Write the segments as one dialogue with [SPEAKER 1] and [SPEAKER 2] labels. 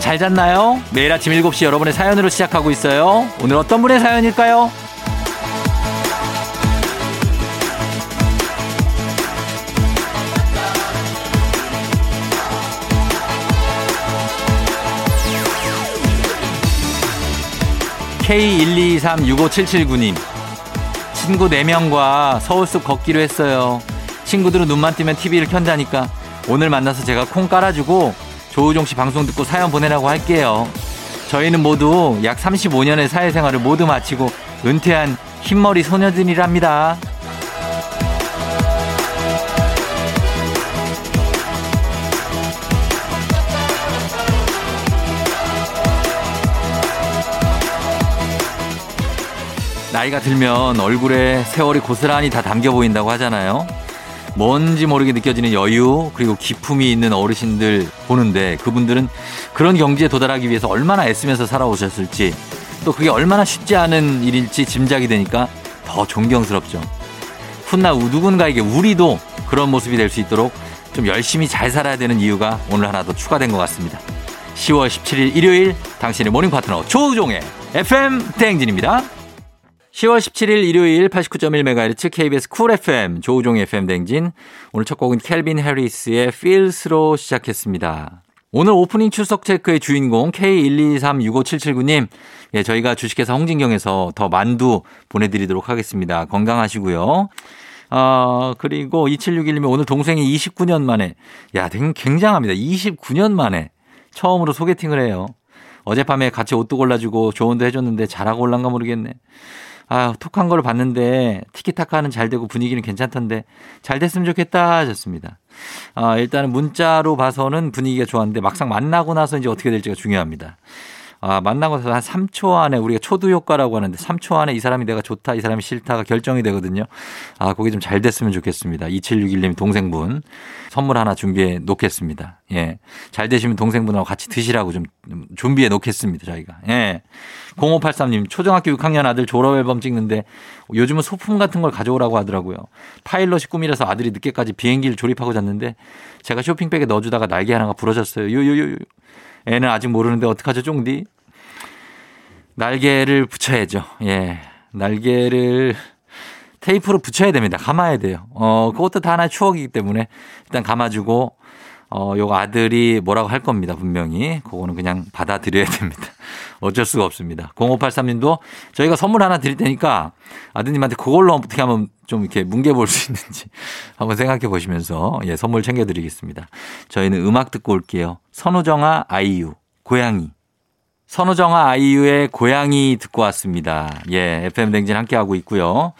[SPEAKER 1] 잘 잤나요? 매일 아침 7시 여러분의 사연으로 시작하고 있어요. 오늘 어떤 분의 사연일까요? K12236577구님. 친구 4명과 서울 숲 걷기로 했어요. 친구들은 눈만 뜨면 TV를 켠다니까 오늘 만나서 제가 콩 깔아주고 조우종 씨 방송 듣고 사연 보내라고 할게요. 저희는 모두 약 35년의 사회생활을 모두 마치고 은퇴한 흰머리 소녀들이랍니다. 나이가 들면 얼굴에 세월이 고스란히 다 담겨 보인다고 하잖아요. 뭔지 모르게 느껴지는 여유 그리고 기품이 있는 어르신들 보는데 그분들은 그런 경지에 도달하기 위해서 얼마나 애쓰면서 살아오셨을지 또 그게 얼마나 쉽지 않은 일일지 짐작이 되니까 더 존경스럽죠. 훗날 누군가에게 우리도 그런 모습이 될 수 있도록 좀 열심히 잘 살아야 되는 이유가 오늘 하나 더 추가된 것 같습니다. 10월 17일 일요일 당신의 모닝 파트너 조우종의 FM 대행진입니다. 10월 17일 일요일 89.1MHz KBS 쿨 FM 조우종 FM 댕진 오늘 첫 곡은 켈빈 해리스의 Feels로 시작했습니다. 오늘 오프닝 출석 체크의 주인공 K12365779님 예, 저희가 주식회사 홍진경에서 더 만두 보내드리도록 하겠습니다. 건강하시고요. 어, 그리고 2761님이 오늘 동생이 29년 만에 야 굉장합니다. 29년 만에 처음으로 소개팅을 해요. 어젯밤에 같이 옷도 골라주고 조언도 해줬는데 잘하고 올란가 모르겠네. 아, 톡한 걸 봤는데 티키타카는 잘 되고 분위기는 괜찮던데 잘 됐으면 좋겠다 하셨습니다. 아, 일단은 문자로 봐서는 분위기가 좋았는데 막상 만나고 나서 이제 어떻게 될지가 중요합니다. 아, 만나고 나서 한 3초 안에 우리가 초두 효과라고 하는데 3초 안에 이 사람이 내가 좋다, 이 사람이 싫다가 결정이 되거든요. 아, 그게 좀 잘 됐으면 좋겠습니다. 2761님 동생분 선물 하나 준비해 놓겠습니다. 예. 잘 되시면 동생분하고 같이 드시라고 좀 준비해 놓겠습니다, 저희가. 예. 0583님 초등학교 6학년 아들 졸업 앨범 찍는데 요즘은 소품 같은 걸 가져오라고 하더라고요. 파일럿이 꿈이라서 아들이 늦게까지 비행기를 조립하고 잤는데 제가 쇼핑백에 넣어주다가 날개 하나가 부러졌어요. 요요요. 애는 아직 모르는데 어떡하죠, 쫑디? 날개를 붙여야죠. 예. 날개를 테이프로 붙여야 됩니다. 감아야 돼요. 어, 그것도 다 하나의 추억이기 때문에 일단 감아주고, 어, 요거 아들이 뭐라고 할 겁니다. 분명히. 그거는 그냥 받아들여야 됩니다. 어쩔 수가 없습니다. 0583님도 저희가 선물 하나 드릴 테니까 아드님한테 그걸로 어떻게 하면 좀 이렇게 뭉개볼 수 있는지 한번 생각해 보시면서 예, 선물 챙겨드리겠습니다. 저희는 음악 듣고 올게요. 선우정아 아이유, 고양이. 선우정아 아이유의 고양이 듣고 왔습니다. 예, FM 댕진 함께하고 있고요.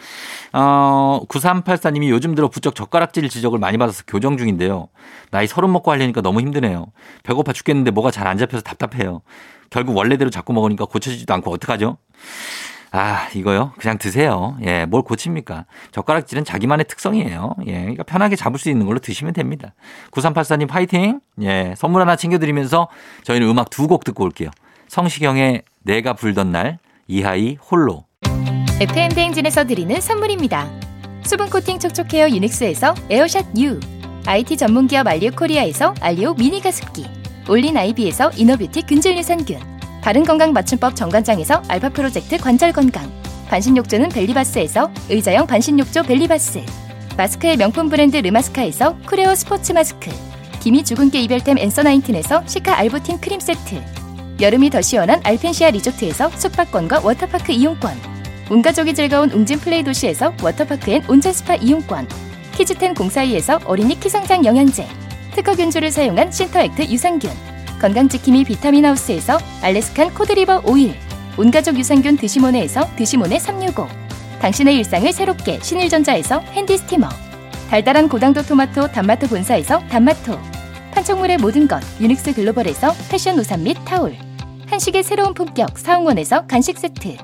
[SPEAKER 1] 어, 9384님이 요즘 들어 부쩍 젓가락질 지적을 많이 받아서 교정 중인데요. 나이 서른 먹고 하려니까 너무 힘드네요. 배고파 죽겠는데 뭐가 잘 안 잡혀서 답답해요. 결국 원래대로 자꾸 먹으니까 고쳐지지도 않고 어떡하죠? 아, 이거요? 그냥 드세요. 예, 뭘 고칩니까? 젓가락질은 자기만의 특성이에요. 예, 그러니까 편하게 잡을 수 있는 걸로 드시면 됩니다. 9384님 파이팅! 예, 선물 하나 챙겨드리면서 저희는 음악 두 곡 듣고 올게요. 성시경의 내가 불던 날, 이하이 홀로.
[SPEAKER 2] FM 대행진에서 드리는 선물입니다. 수분 코팅 촉촉헤어 유닉스에서 에어샷 U, IT 전문 기업 알리오 코리아에서 알리오 미니 가습기, 올린 아이비에서 이너뷰티 균질 유산균, 바른 건강 맞춤법 정관장에서 알파 프로젝트 관절 건강, 반신욕조는 벨리바스에서 의자형 반신욕조 벨리바스, 마스크의 명품 브랜드 르마스카에서 쿠레오 스포츠 마스크, 기미 주근깨 이별템 앤서 나인틴에서 시카 알부틴 크림 세트, 여름이 더 시원한 알펜시아 리조트에서 숙박권과 워터파크 이용권 온 가족이 즐거운 웅진 플레이 도시에서 워터파크 엔 온천 스파 이용권 키즈텐 공사이에서 어린이 키성장 영양제 특허 균주를 사용한 신터액트 유산균 건강지킴이 비타민하우스에서 알래스칸 코드리버 오일 온가족 유산균 드시모네에서 드시모네 365 당신의 일상을 새롭게 신일전자에서 핸디 스티머 달달한 고당도 토마토 단마토 본사에서 단마토 판촉물의 모든 것 유닉스 글로벌에서 패션 우산 및 타올 한식의 새로운 품격 사홍원에서 간식 세트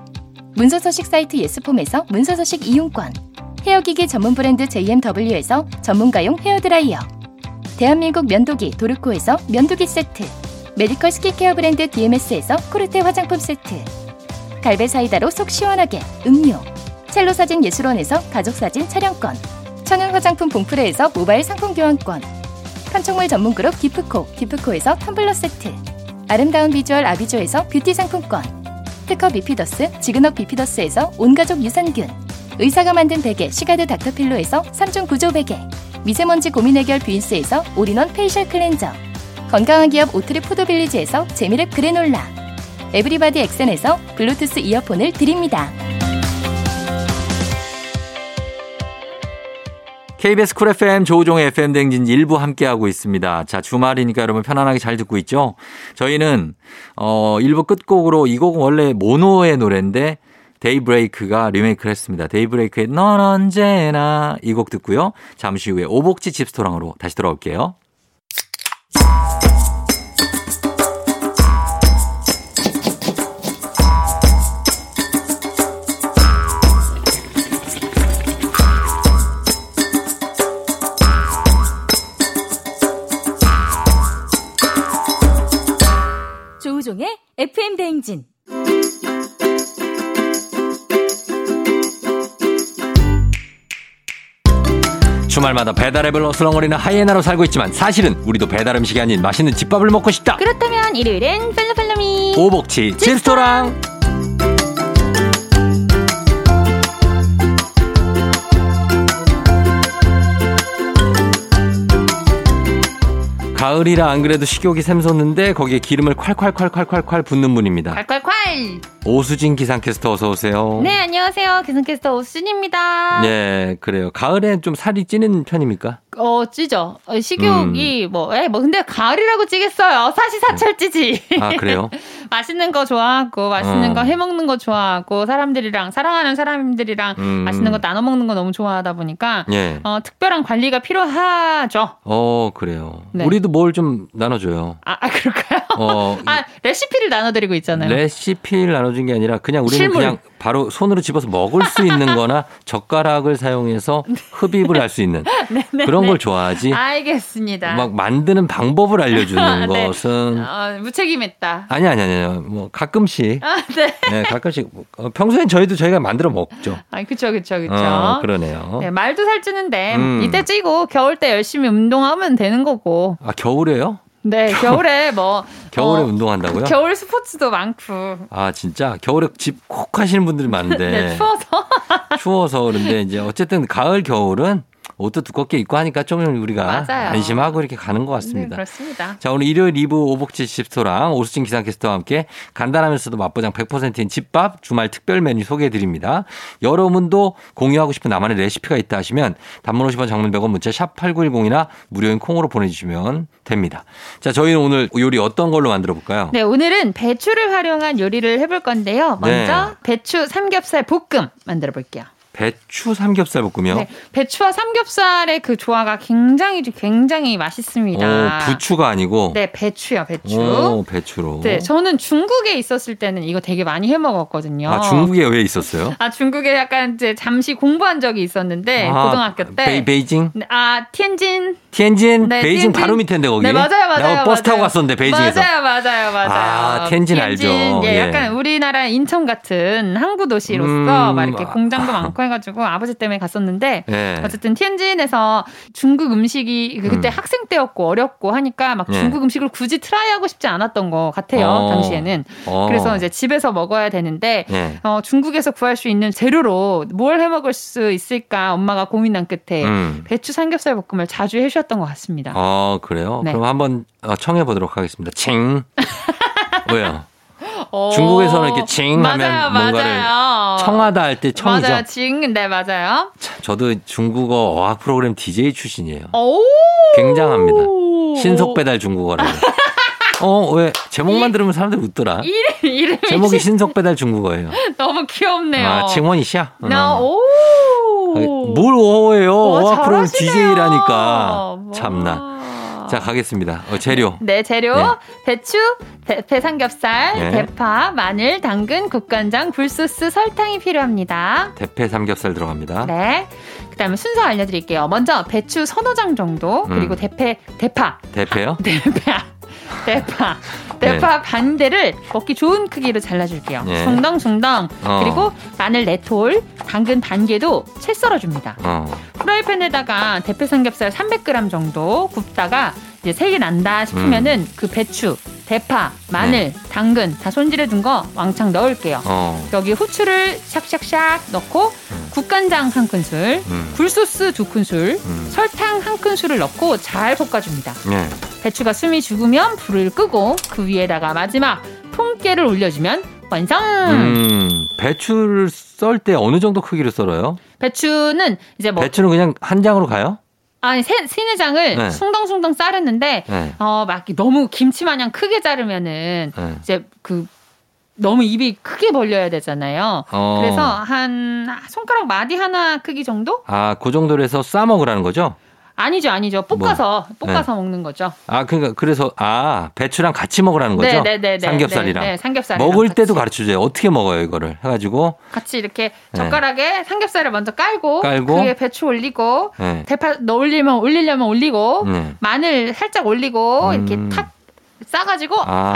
[SPEAKER 2] 문서서식 사이트 예스폼에서 문서서식 이용권 헤어기기 전문 브랜드 JMW에서 전문가용 헤어드라이어 대한민국 면도기 도르코에서 면도기 세트 메디컬 스킨케어 브랜드 DMS에서 코르테 화장품 세트 갈베 사이다로 속 시원하게 음료 첼로 사진 예술원에서 가족 사진 촬영권 천연 화장품 봉프레에서 모바일 상품 교환권 판촉물 전문 그룹 기프코 기프코에서 텀블러 세트 아름다운 비주얼 아비조에서 뷰티 상품권 특허 비피더스 지그넉 비피더스에서 온가족 유산균 의사가 만든 베개 시가드 닥터필로에서 3중 구조 베개 미세먼지 고민 해결 뷰인스에서 올인원 페이셜 클렌저 건강한 기업 오트리 포도빌리지에서 재미랩 그래놀라 에브리바디 엑센에서 블루투스 이어폰을 드립니다.
[SPEAKER 1] KBS 쿨 FM 조우종의 FM 댕진 일부 함께하고 있습니다. 자, 주말이니까 여러분 편안하게 잘 듣고 있죠? 저희는, 어, 일부 끝곡으로 이 곡은 원래 모노의 노래인데 데이브레이크가 리메이크를 했습니다. 데이브레이크의 넌 언제나 이 곡 듣고요. 잠시 후에 오복지 집스토랑으로 다시 돌아올게요.
[SPEAKER 3] 조우종의 FM 대행진.
[SPEAKER 1] 주말마다 배달앱을 어슬렁거리는 하이에나로 살고 있지만 사실은 우리도 배달 음식이 아닌 맛있는 집밥을 먹고 싶다.
[SPEAKER 3] 그렇다면 일요일엔 팔로팔로미.
[SPEAKER 1] 오복치 집스토랑. 가을이라 안 그래도 식욕이 샘솟는데 거기에 기름을 콸콸콸콸콸콸 붓는 분입니다.
[SPEAKER 3] 콸콸콸.
[SPEAKER 1] 오수진 기상캐스터 어서 오세요.
[SPEAKER 3] 네, 안녕하세요. 기상캐스터 오순입니다.
[SPEAKER 1] 예, 그래요. 가을에 좀 살이 찌는 편입니까?
[SPEAKER 3] 어, 찌죠. 어, 식욕이
[SPEAKER 1] 음.
[SPEAKER 3] 뭐, 에, 뭐, 근데 가을이라고 찌겠어요. 사시사철 찌지.
[SPEAKER 1] 아, 그래요?
[SPEAKER 3] 맛있는 거 좋아하고, 맛있는
[SPEAKER 1] 어.
[SPEAKER 3] 거 해먹는 거 좋아하고, 사람들이랑, 사랑하는 사람들이랑
[SPEAKER 1] 음.
[SPEAKER 3] 맛있는 거 나눠 먹는 거 너무 좋아하다 보니까,
[SPEAKER 1] 예.
[SPEAKER 3] 어, 특별한 관리가 필요하죠.
[SPEAKER 1] 어, 그래요.
[SPEAKER 3] 네.
[SPEAKER 1] 우리도 뭘 좀 나눠줘요.
[SPEAKER 3] 아, 아, 그럴까요?
[SPEAKER 1] 어,
[SPEAKER 3] 아, 레시피를 나눠드리고 있잖아요.
[SPEAKER 1] 레시피를 나눠준 게 아니라 그냥 우리는
[SPEAKER 3] 네. 실물.
[SPEAKER 1] 그냥 바로 손으로 집어서 먹을 수 있는 거나 젓가락을 사용해서 흡입을 할 수 있는
[SPEAKER 3] 네,
[SPEAKER 1] 그런 걸 좋아하지.
[SPEAKER 3] 알겠습니다.
[SPEAKER 1] 막 만드는 방법을 알려주는
[SPEAKER 3] 네.
[SPEAKER 1] 것은
[SPEAKER 3] 아, 무책임했다.
[SPEAKER 1] 아니 아니 아니요. 뭐 가끔씩
[SPEAKER 3] 아, 네.
[SPEAKER 1] 네, 가끔씩 어, 평소엔 저희도 저희가 만들어 먹죠.
[SPEAKER 3] 아, 그쵸, 그쵸, 그쵸.
[SPEAKER 1] 어, 그러네요.
[SPEAKER 3] 네, 말도 살찌는데,
[SPEAKER 1] 음.
[SPEAKER 3] 이때 찌고, 겨울 때 열심히 운동하면 되는 거고.
[SPEAKER 1] 아 겨울에요?
[SPEAKER 3] 네, 겨울에 뭐.
[SPEAKER 1] 겨울에
[SPEAKER 3] 어,
[SPEAKER 1] 운동한다고요?
[SPEAKER 3] 겨울 스포츠도 많고.
[SPEAKER 1] 아 진짜 겨울에 집 콕 하시는 분들이 많은데
[SPEAKER 3] 네, 추워서.
[SPEAKER 1] 추워서 그런데 이제 어쨌든 가을 겨울은 옷도 두껍게 입고 하니까 좀 우리가
[SPEAKER 3] 맞아요.
[SPEAKER 1] 안심하고 이렇게 가는 것
[SPEAKER 3] 네,
[SPEAKER 1] 같습니다.
[SPEAKER 3] 그렇습니다.
[SPEAKER 1] 자, 오늘 일요일 2부 오복지 집토랑 오수진 기상캐스터와 함께 간단하면서도 맛보장 100%인 집밥 주말 특별 메뉴 소개해 드립니다. 여러분도 공유하고 싶은 나만의 레시피가 있다 하시면 단문 50원 장문 100원 문자 샵 8910이나 무료인 콩으로 보내주시면 됩니다. 자, 저희는 오늘 요리 어떤 걸로 만들어 볼까요?
[SPEAKER 3] 네, 오늘은 배추를 활용한 요리를 해볼 건데요.
[SPEAKER 1] 네.
[SPEAKER 3] 먼저, 배추 삼겹살 볶음 만들어 볼게요.
[SPEAKER 1] 배추 삼겹살 볶음이요.
[SPEAKER 3] 네, 배추와 삼겹살의 그 조화가 굉장히, 굉장히 맛있습니다.
[SPEAKER 1] 어, 부추가 아니고
[SPEAKER 3] 네, 배추요, 배추.
[SPEAKER 1] 오, 배추로.
[SPEAKER 3] 네, 저는 중국에 있었을 때는 이거 되게 많이 해 먹었거든요.
[SPEAKER 1] 아, 중국에 왜 있었어요?
[SPEAKER 3] 아, 중국에 약간 이제 잠시 공부한 적이 있었는데
[SPEAKER 1] 아,
[SPEAKER 3] 네, 고등학교 때.
[SPEAKER 1] 베이, 베이징?
[SPEAKER 3] 네, 아, 티엔진.
[SPEAKER 1] 티엔진?
[SPEAKER 3] 네,
[SPEAKER 1] 베이징
[SPEAKER 3] 티엔진.
[SPEAKER 1] 바로 밑인데 거기.
[SPEAKER 3] 네, 맞아요, 맞아요.
[SPEAKER 1] 나 버스 타고
[SPEAKER 3] 맞아요.
[SPEAKER 1] 갔었는데 베이징에서.
[SPEAKER 3] 맞아요, 맞아요, 맞아요.
[SPEAKER 1] 아, 티엔진 알죠.
[SPEAKER 3] 예,
[SPEAKER 1] 예.
[SPEAKER 3] 약간 우리나라 인천 같은 항구 도시로서
[SPEAKER 1] 음,
[SPEAKER 3] 막 이렇게
[SPEAKER 1] 아.
[SPEAKER 3] 공장도 많고 해가지고 아버지 때문에 갔었는데.
[SPEAKER 1] 예.
[SPEAKER 3] 어쨌든 티엔진에서 중국 음식이 그때
[SPEAKER 1] 음.
[SPEAKER 3] 학생 때였고 어렵고 하니까 막
[SPEAKER 1] 예.
[SPEAKER 3] 중국 음식을 굳이 트라이하고 싶지 않았던 것 같아요
[SPEAKER 1] 어.
[SPEAKER 3] 당시에는
[SPEAKER 1] 어.
[SPEAKER 3] 그래서 이제 집에서 먹어야 되는데
[SPEAKER 1] 예.
[SPEAKER 3] 어, 중국에서 구할 수 있는 재료로 뭘 해 먹을 수 있을까 엄마가 고민한 끝에
[SPEAKER 1] 음.
[SPEAKER 3] 배추 삼겹살 볶음을 자주 해주셨던 것 같습니다.
[SPEAKER 1] 어, 그래요?
[SPEAKER 3] 네.
[SPEAKER 1] 그럼 한번 어, 청해 보도록 하겠습니다. 칭. 왜요?
[SPEAKER 3] 어.
[SPEAKER 1] 중국에서는 이렇게 징 하면
[SPEAKER 3] 맞아요,
[SPEAKER 1] 뭔가를
[SPEAKER 3] 맞아요.
[SPEAKER 1] 청하다 할 때 청이죠.
[SPEAKER 3] 어. 맞아요, 징, 네 맞아요.
[SPEAKER 1] 참, 저도 중국어 어학 프로그램 DJ 출신이에요.
[SPEAKER 3] 오,
[SPEAKER 1] 굉장합니다. 신속 배달 중국어라고. 어, 왜 제목만 들으면 사람들 웃더라.
[SPEAKER 3] 이름 이름이
[SPEAKER 1] 제목이 신속 배달 중국어예요.
[SPEAKER 3] 너무 귀여운네요. 어.
[SPEAKER 1] 아, 칭원이 씨야? 어. 응.
[SPEAKER 3] 나 오.
[SPEAKER 1] 뭘 어해요?
[SPEAKER 3] 와,
[SPEAKER 1] 어학 아, 프로그램
[SPEAKER 3] 잘하시네요.
[SPEAKER 1] DJ라니까.
[SPEAKER 3] 와.
[SPEAKER 1] 참나. 자, 가겠습니다. 어, 재료.
[SPEAKER 3] 네, 재료
[SPEAKER 1] 네.
[SPEAKER 3] 배추, 대, 배삼겹살,
[SPEAKER 1] 네.
[SPEAKER 3] 대파, 마늘, 당근, 국간장, 굴소스, 설탕이 필요합니다.
[SPEAKER 1] 대패 삼겹살 들어갑니다.
[SPEAKER 3] 네. 그다음에 순서 알려드릴게요. 먼저 배추 서너 장 정도, 그리고
[SPEAKER 1] 음.
[SPEAKER 3] 대패 대파,
[SPEAKER 1] 대패요?
[SPEAKER 3] 대파, 대파,
[SPEAKER 1] 네.
[SPEAKER 3] 대파 반 대를 먹기 좋은 크기로 잘라줄게요.
[SPEAKER 1] 예.
[SPEAKER 3] 중덩중덩.
[SPEAKER 1] 어.
[SPEAKER 3] 그리고 마늘 네 톨, 당근 반 개도 채 썰어줍니다.
[SPEAKER 1] 어.
[SPEAKER 3] 프라이팬에다가
[SPEAKER 1] 음.
[SPEAKER 3] 대패 삼겹살 300g 정도 굽다가 이제 색이 난다 싶으면은 그 배추 대파, 마늘, 당근 다 손질해 둔 거 왕창 넣을게요.
[SPEAKER 1] 네. 어.
[SPEAKER 3] 여기 후추를 샥샥샥 넣고
[SPEAKER 1] 음.
[SPEAKER 3] 국간장 한 큰술,
[SPEAKER 1] 음.
[SPEAKER 3] 굴소스 두 큰술,
[SPEAKER 1] 음.
[SPEAKER 3] 설탕 한 큰술을 넣고 잘 볶아줍니다.
[SPEAKER 1] 예.
[SPEAKER 3] 배추가 숨이 죽으면 불을 끄고 그 위에다가 마지막 통깨를 올려주면 완성.
[SPEAKER 1] 음. 배추를 썰 때 어느 정도 크기로 썰어요?
[SPEAKER 3] 배추는 이제 뭐
[SPEAKER 1] 배추는 그냥 한 장으로 가요?
[SPEAKER 3] 아니 새- 새내장을
[SPEAKER 1] 네.
[SPEAKER 3] 숭덩숭덩 자르는데
[SPEAKER 1] 예.
[SPEAKER 3] 어막 너무 김치 마냥 크게 자르면은
[SPEAKER 1] 예.
[SPEAKER 3] 이제 그 너무 입이 크게 벌려야 되잖아요.
[SPEAKER 1] 어.
[SPEAKER 3] 그래서 한 손가락 마디 하나 크기 정도?
[SPEAKER 1] 아, 그 정도로 해서 싸 먹으라는 거죠?
[SPEAKER 3] 아니죠, 아니죠.
[SPEAKER 1] 뭐.
[SPEAKER 3] 볶아서 볶아서 먹는 거죠.
[SPEAKER 1] 아, 그러니까 그래서 아, 배추랑 같이 먹으라는 거죠?
[SPEAKER 3] 네네네.
[SPEAKER 1] 삼겹살이랑.
[SPEAKER 3] 네, 네, 삼겹살이랑
[SPEAKER 1] 먹을 때도
[SPEAKER 3] 같이,
[SPEAKER 1] 가르쳐 줘요. 어떻게 먹어요, 이거를. 해 가지고
[SPEAKER 3] 같이 이렇게
[SPEAKER 1] 네.
[SPEAKER 3] 젓가락에 삼겹살을 먼저 깔고,
[SPEAKER 1] 깔고.
[SPEAKER 3] 그에 배추 올리고
[SPEAKER 1] 예.
[SPEAKER 3] 대파 넣 올리면 올리려면 올리고
[SPEAKER 1] 네.
[SPEAKER 3] 마늘 살짝 올리고
[SPEAKER 1] 음.
[SPEAKER 3] 이렇게 탁 싸가지고
[SPEAKER 1] 아,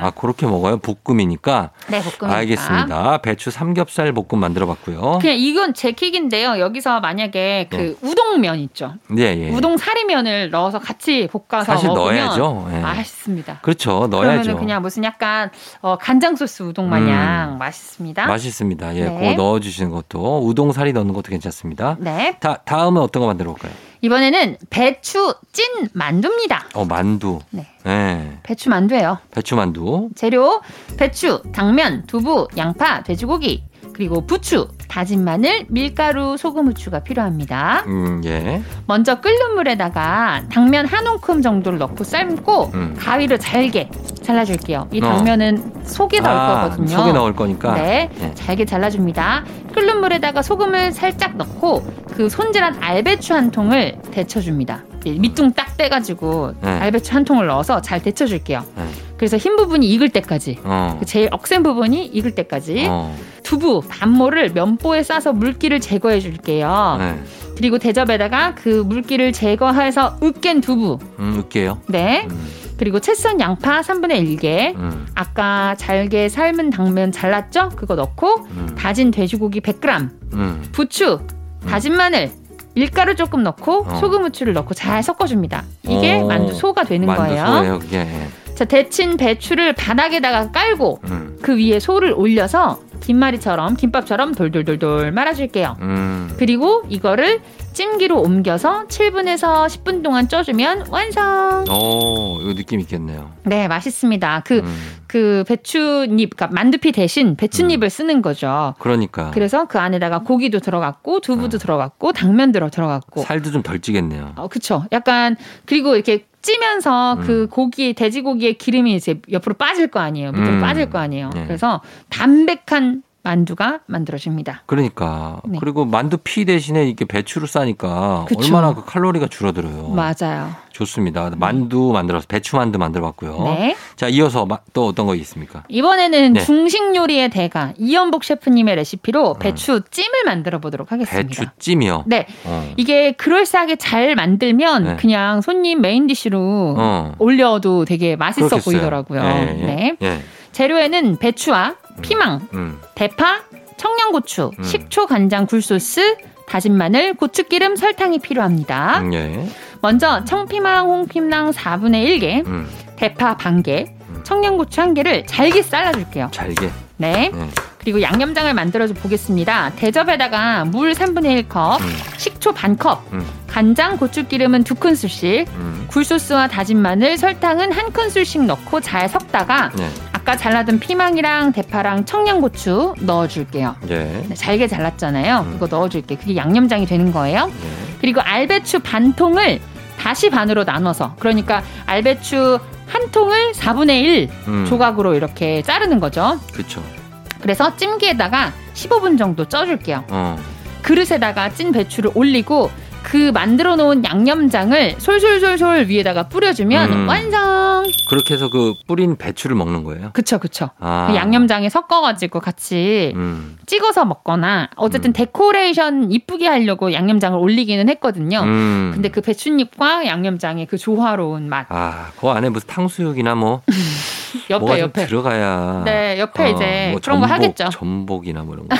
[SPEAKER 3] 음.
[SPEAKER 1] 아, 그렇게 먹어요. 볶음이니까.
[SPEAKER 3] 네 볶음이니까.
[SPEAKER 1] 알겠습니다. 배추 삼겹살 볶음 만들어 봤고요.
[SPEAKER 3] 그냥 이건 제 킥인데요. 여기서 만약에 그 우동면 있죠.
[SPEAKER 1] 예, 예.
[SPEAKER 3] 우동 사리면을 넣어서 같이 볶아서
[SPEAKER 1] 사실
[SPEAKER 3] 먹으면
[SPEAKER 1] 넣어야죠. 예.
[SPEAKER 3] 맛있습니다.
[SPEAKER 1] 그렇죠. 넣어야죠.
[SPEAKER 3] 그러면은 그냥 무슨 약간 어, 간장 소스 우동 마냥 맛있습니다.
[SPEAKER 1] 음. 맛있습니다. 예,
[SPEAKER 3] 네.
[SPEAKER 1] 그거 넣어 주시는 것도 우동사리 넣는 것도 괜찮습니다.
[SPEAKER 3] 네
[SPEAKER 1] 다 다음은 어떤 거 만들어 볼까요?
[SPEAKER 3] 이번에는 배추 찐 만두입니다.
[SPEAKER 1] 어, 만두.
[SPEAKER 3] 네.
[SPEAKER 1] 예.
[SPEAKER 3] 배추 만두예요.
[SPEAKER 1] 배추 만두.
[SPEAKER 3] 재료 배추, 당면, 두부, 양파, 돼지고기 그리고 부추, 다진 마늘, 밀가루, 소금, 후추가 필요합니다.
[SPEAKER 1] 음, 예.
[SPEAKER 3] 먼저 끓는 물에다가 당면 한 움큼 정도를 넣고 삶고
[SPEAKER 1] 음.
[SPEAKER 3] 가위로 잘게 잘라줄게요. 이
[SPEAKER 1] 어.
[SPEAKER 3] 당면은 속에 넣을
[SPEAKER 1] 아,
[SPEAKER 3] 거거든요.
[SPEAKER 1] 속에 넣을 거니까.
[SPEAKER 3] 네,
[SPEAKER 1] 네.
[SPEAKER 3] 잘게 잘라줍니다. 끓는 물에다가 소금을 살짝 넣고 그 손질한 알배추 한 통을 데쳐줍니다. 이 밑둥 딱 떼가지고
[SPEAKER 1] 네.
[SPEAKER 3] 알배추 한 통을 넣어서 잘 데쳐줄게요.
[SPEAKER 1] 네.
[SPEAKER 3] 그래서 흰 부분이 익을 때까지
[SPEAKER 1] 어.
[SPEAKER 3] 그 제일 억센 부분이 익을 때까지
[SPEAKER 1] 어.
[SPEAKER 3] 두부 반모를 면보에 싸서 물기를 제거해 줄게요.
[SPEAKER 1] 네.
[SPEAKER 3] 그리고 대접에다가 그 물기를 제거해서 으깬 두부,
[SPEAKER 1] 음, 으깨요.
[SPEAKER 3] 네,
[SPEAKER 1] 음.
[SPEAKER 3] 그리고 채썬 양파 3분의 1개,
[SPEAKER 1] 음.
[SPEAKER 3] 아까 잘게 삶은 당면 잘랐죠? 그거 넣고
[SPEAKER 1] 음.
[SPEAKER 3] 다진 돼지고기 100g,
[SPEAKER 1] 음.
[SPEAKER 3] 부추, 다진 마늘, 밀가루 조금 넣고
[SPEAKER 1] 어.
[SPEAKER 3] 소금 후추를 넣고 잘 섞어줍니다. 이게
[SPEAKER 1] 어.
[SPEAKER 3] 만두소가 되는
[SPEAKER 1] 만두
[SPEAKER 3] 거예요.
[SPEAKER 1] 소예요, 그게. 예.
[SPEAKER 3] 자, 데친 배추를 바닥에다가 깔고
[SPEAKER 1] 음.
[SPEAKER 3] 그 위에 소를 올려서 김말이처럼 김밥처럼 돌돌돌돌 말아줄게요.
[SPEAKER 1] 음.
[SPEAKER 3] 그리고 이거를 찜기로 옮겨서 7분에서 10분 동안 쪄주면 완성.
[SPEAKER 1] 오, 이거 느낌 어, 있겠네요.
[SPEAKER 3] 네, 맛있습니다. 그 그
[SPEAKER 1] 음.
[SPEAKER 3] 배추잎, 그러니까 만두피 대신 배추잎을 쓰는 거죠.
[SPEAKER 1] 그러니까.
[SPEAKER 3] 그래서 그 안에다가 고기도 들어갔고
[SPEAKER 1] 음.
[SPEAKER 3] 두부도 들어갔고 당면 들어 들어갔고.
[SPEAKER 1] 살도 좀 덜 찌겠네요.
[SPEAKER 3] 어, 그쵸. 약간 그리고 이렇게 찌면서
[SPEAKER 1] 음.
[SPEAKER 3] 그 고기 돼지고기의 기름이 이제 옆으로 빠질 거 아니에요. 밑으로
[SPEAKER 1] 음.
[SPEAKER 3] 빠질 거 아니에요.
[SPEAKER 1] 네.
[SPEAKER 3] 그래서 담백한 만두가 만들어집니다.
[SPEAKER 1] 그러니까
[SPEAKER 3] 네.
[SPEAKER 1] 그리고 만두 피 대신에 이렇게 배추로 싸니까
[SPEAKER 3] 그쵸.
[SPEAKER 1] 얼마나 그 칼로리가 줄어들어요.
[SPEAKER 3] 맞아요.
[SPEAKER 1] 좋습니다. 만두 만들어서 배추 만두 만들어봤고요.
[SPEAKER 3] 네.
[SPEAKER 1] 자 이어서 마- 또 어떤 거 있습니까?
[SPEAKER 3] 이번에는
[SPEAKER 1] 네.
[SPEAKER 3] 중식 요리의 대가 이연복 셰프님의 레시피로 배추 찜을 만들어 보도록 하겠습니다.
[SPEAKER 1] 음. 배추찜이요.
[SPEAKER 3] 네,
[SPEAKER 1] 어.
[SPEAKER 3] 이게 그럴싸하게 잘 만들면
[SPEAKER 1] 네.
[SPEAKER 3] 그냥 손님 메인 디쉬로
[SPEAKER 1] 어.
[SPEAKER 3] 올려도 되게 맛있어
[SPEAKER 1] 그렇겠어요.
[SPEAKER 3] 보이더라고요.
[SPEAKER 1] 예, 예,
[SPEAKER 3] 네,
[SPEAKER 1] 예.
[SPEAKER 3] 재료에는 배추와 피망,
[SPEAKER 1] 음.
[SPEAKER 3] 대파, 청양고추,
[SPEAKER 1] 음.
[SPEAKER 3] 식초, 간장, 굴소스, 다진 마늘, 고추기름, 설탕이 필요합니다.
[SPEAKER 1] 음, 예.
[SPEAKER 3] 먼저 청피망, 홍피망 4분의 1개,
[SPEAKER 1] 음.
[SPEAKER 3] 대파 반 개,
[SPEAKER 1] 음.
[SPEAKER 3] 청양고추 한 개를 잘게 잘라줄게요.
[SPEAKER 1] 잘게.
[SPEAKER 3] 네.
[SPEAKER 1] 네.
[SPEAKER 3] 그리고 양념장을 만들어서 보겠습니다. 대접에다가 물 3분의 1컵,
[SPEAKER 1] 음.
[SPEAKER 3] 식초 반 컵,
[SPEAKER 1] 음.
[SPEAKER 3] 간장, 고추기름은 두 큰술씩,
[SPEAKER 1] 음.
[SPEAKER 3] 굴소스와 다진 마늘, 설탕은 한 큰술씩 넣고 잘 섞다가
[SPEAKER 1] 네.
[SPEAKER 3] 아까 잘라둔 피망이랑 대파랑 청양고추 넣어줄게요.
[SPEAKER 1] 예.
[SPEAKER 3] 네, 잘게 잘랐잖아요.
[SPEAKER 1] 음.
[SPEAKER 3] 그거 넣어줄게. 그게 양념장이 되는 거예요.
[SPEAKER 1] 예.
[SPEAKER 3] 그리고 알배추 반 통을 다시 반으로 나눠서 그러니까 알배추 한 통을 4분의 1
[SPEAKER 1] 음.
[SPEAKER 3] 조각으로 이렇게 자르는 거죠.
[SPEAKER 1] 그쵸.
[SPEAKER 3] 그래서 찜기에다가 15분 정도 쪄줄게요.
[SPEAKER 1] 어.
[SPEAKER 3] 그릇에다가 찐 배추를 올리고 그 만들어 놓은 양념장을 솔솔솔솔 위에다가 뿌려주면
[SPEAKER 1] 음.
[SPEAKER 3] 완성.
[SPEAKER 1] 그렇게 해서 그 뿌린 배추를 먹는 거예요.
[SPEAKER 3] 그쵸 그쵸.
[SPEAKER 1] 아.
[SPEAKER 3] 그 양념장에 섞어가지고 같이
[SPEAKER 1] 음.
[SPEAKER 3] 찍어서 먹거나 어쨌든
[SPEAKER 1] 음.
[SPEAKER 3] 데코레이션 이쁘게 하려고 양념장을 올리기는 했거든요.
[SPEAKER 1] 음.
[SPEAKER 3] 근데 그 배춧잎과 양념장의 그 조화로운 맛
[SPEAKER 1] 아, 그 안에 무슨 탕수육이나 뭐
[SPEAKER 3] 옆에
[SPEAKER 1] 뭐가 좀
[SPEAKER 3] 옆에
[SPEAKER 1] 들어가야.
[SPEAKER 3] 네 옆에
[SPEAKER 1] 어,
[SPEAKER 3] 이제
[SPEAKER 1] 뭐
[SPEAKER 3] 그런 거
[SPEAKER 1] 전복,
[SPEAKER 3] 하겠죠.
[SPEAKER 1] 전복이나 뭐 이런 거.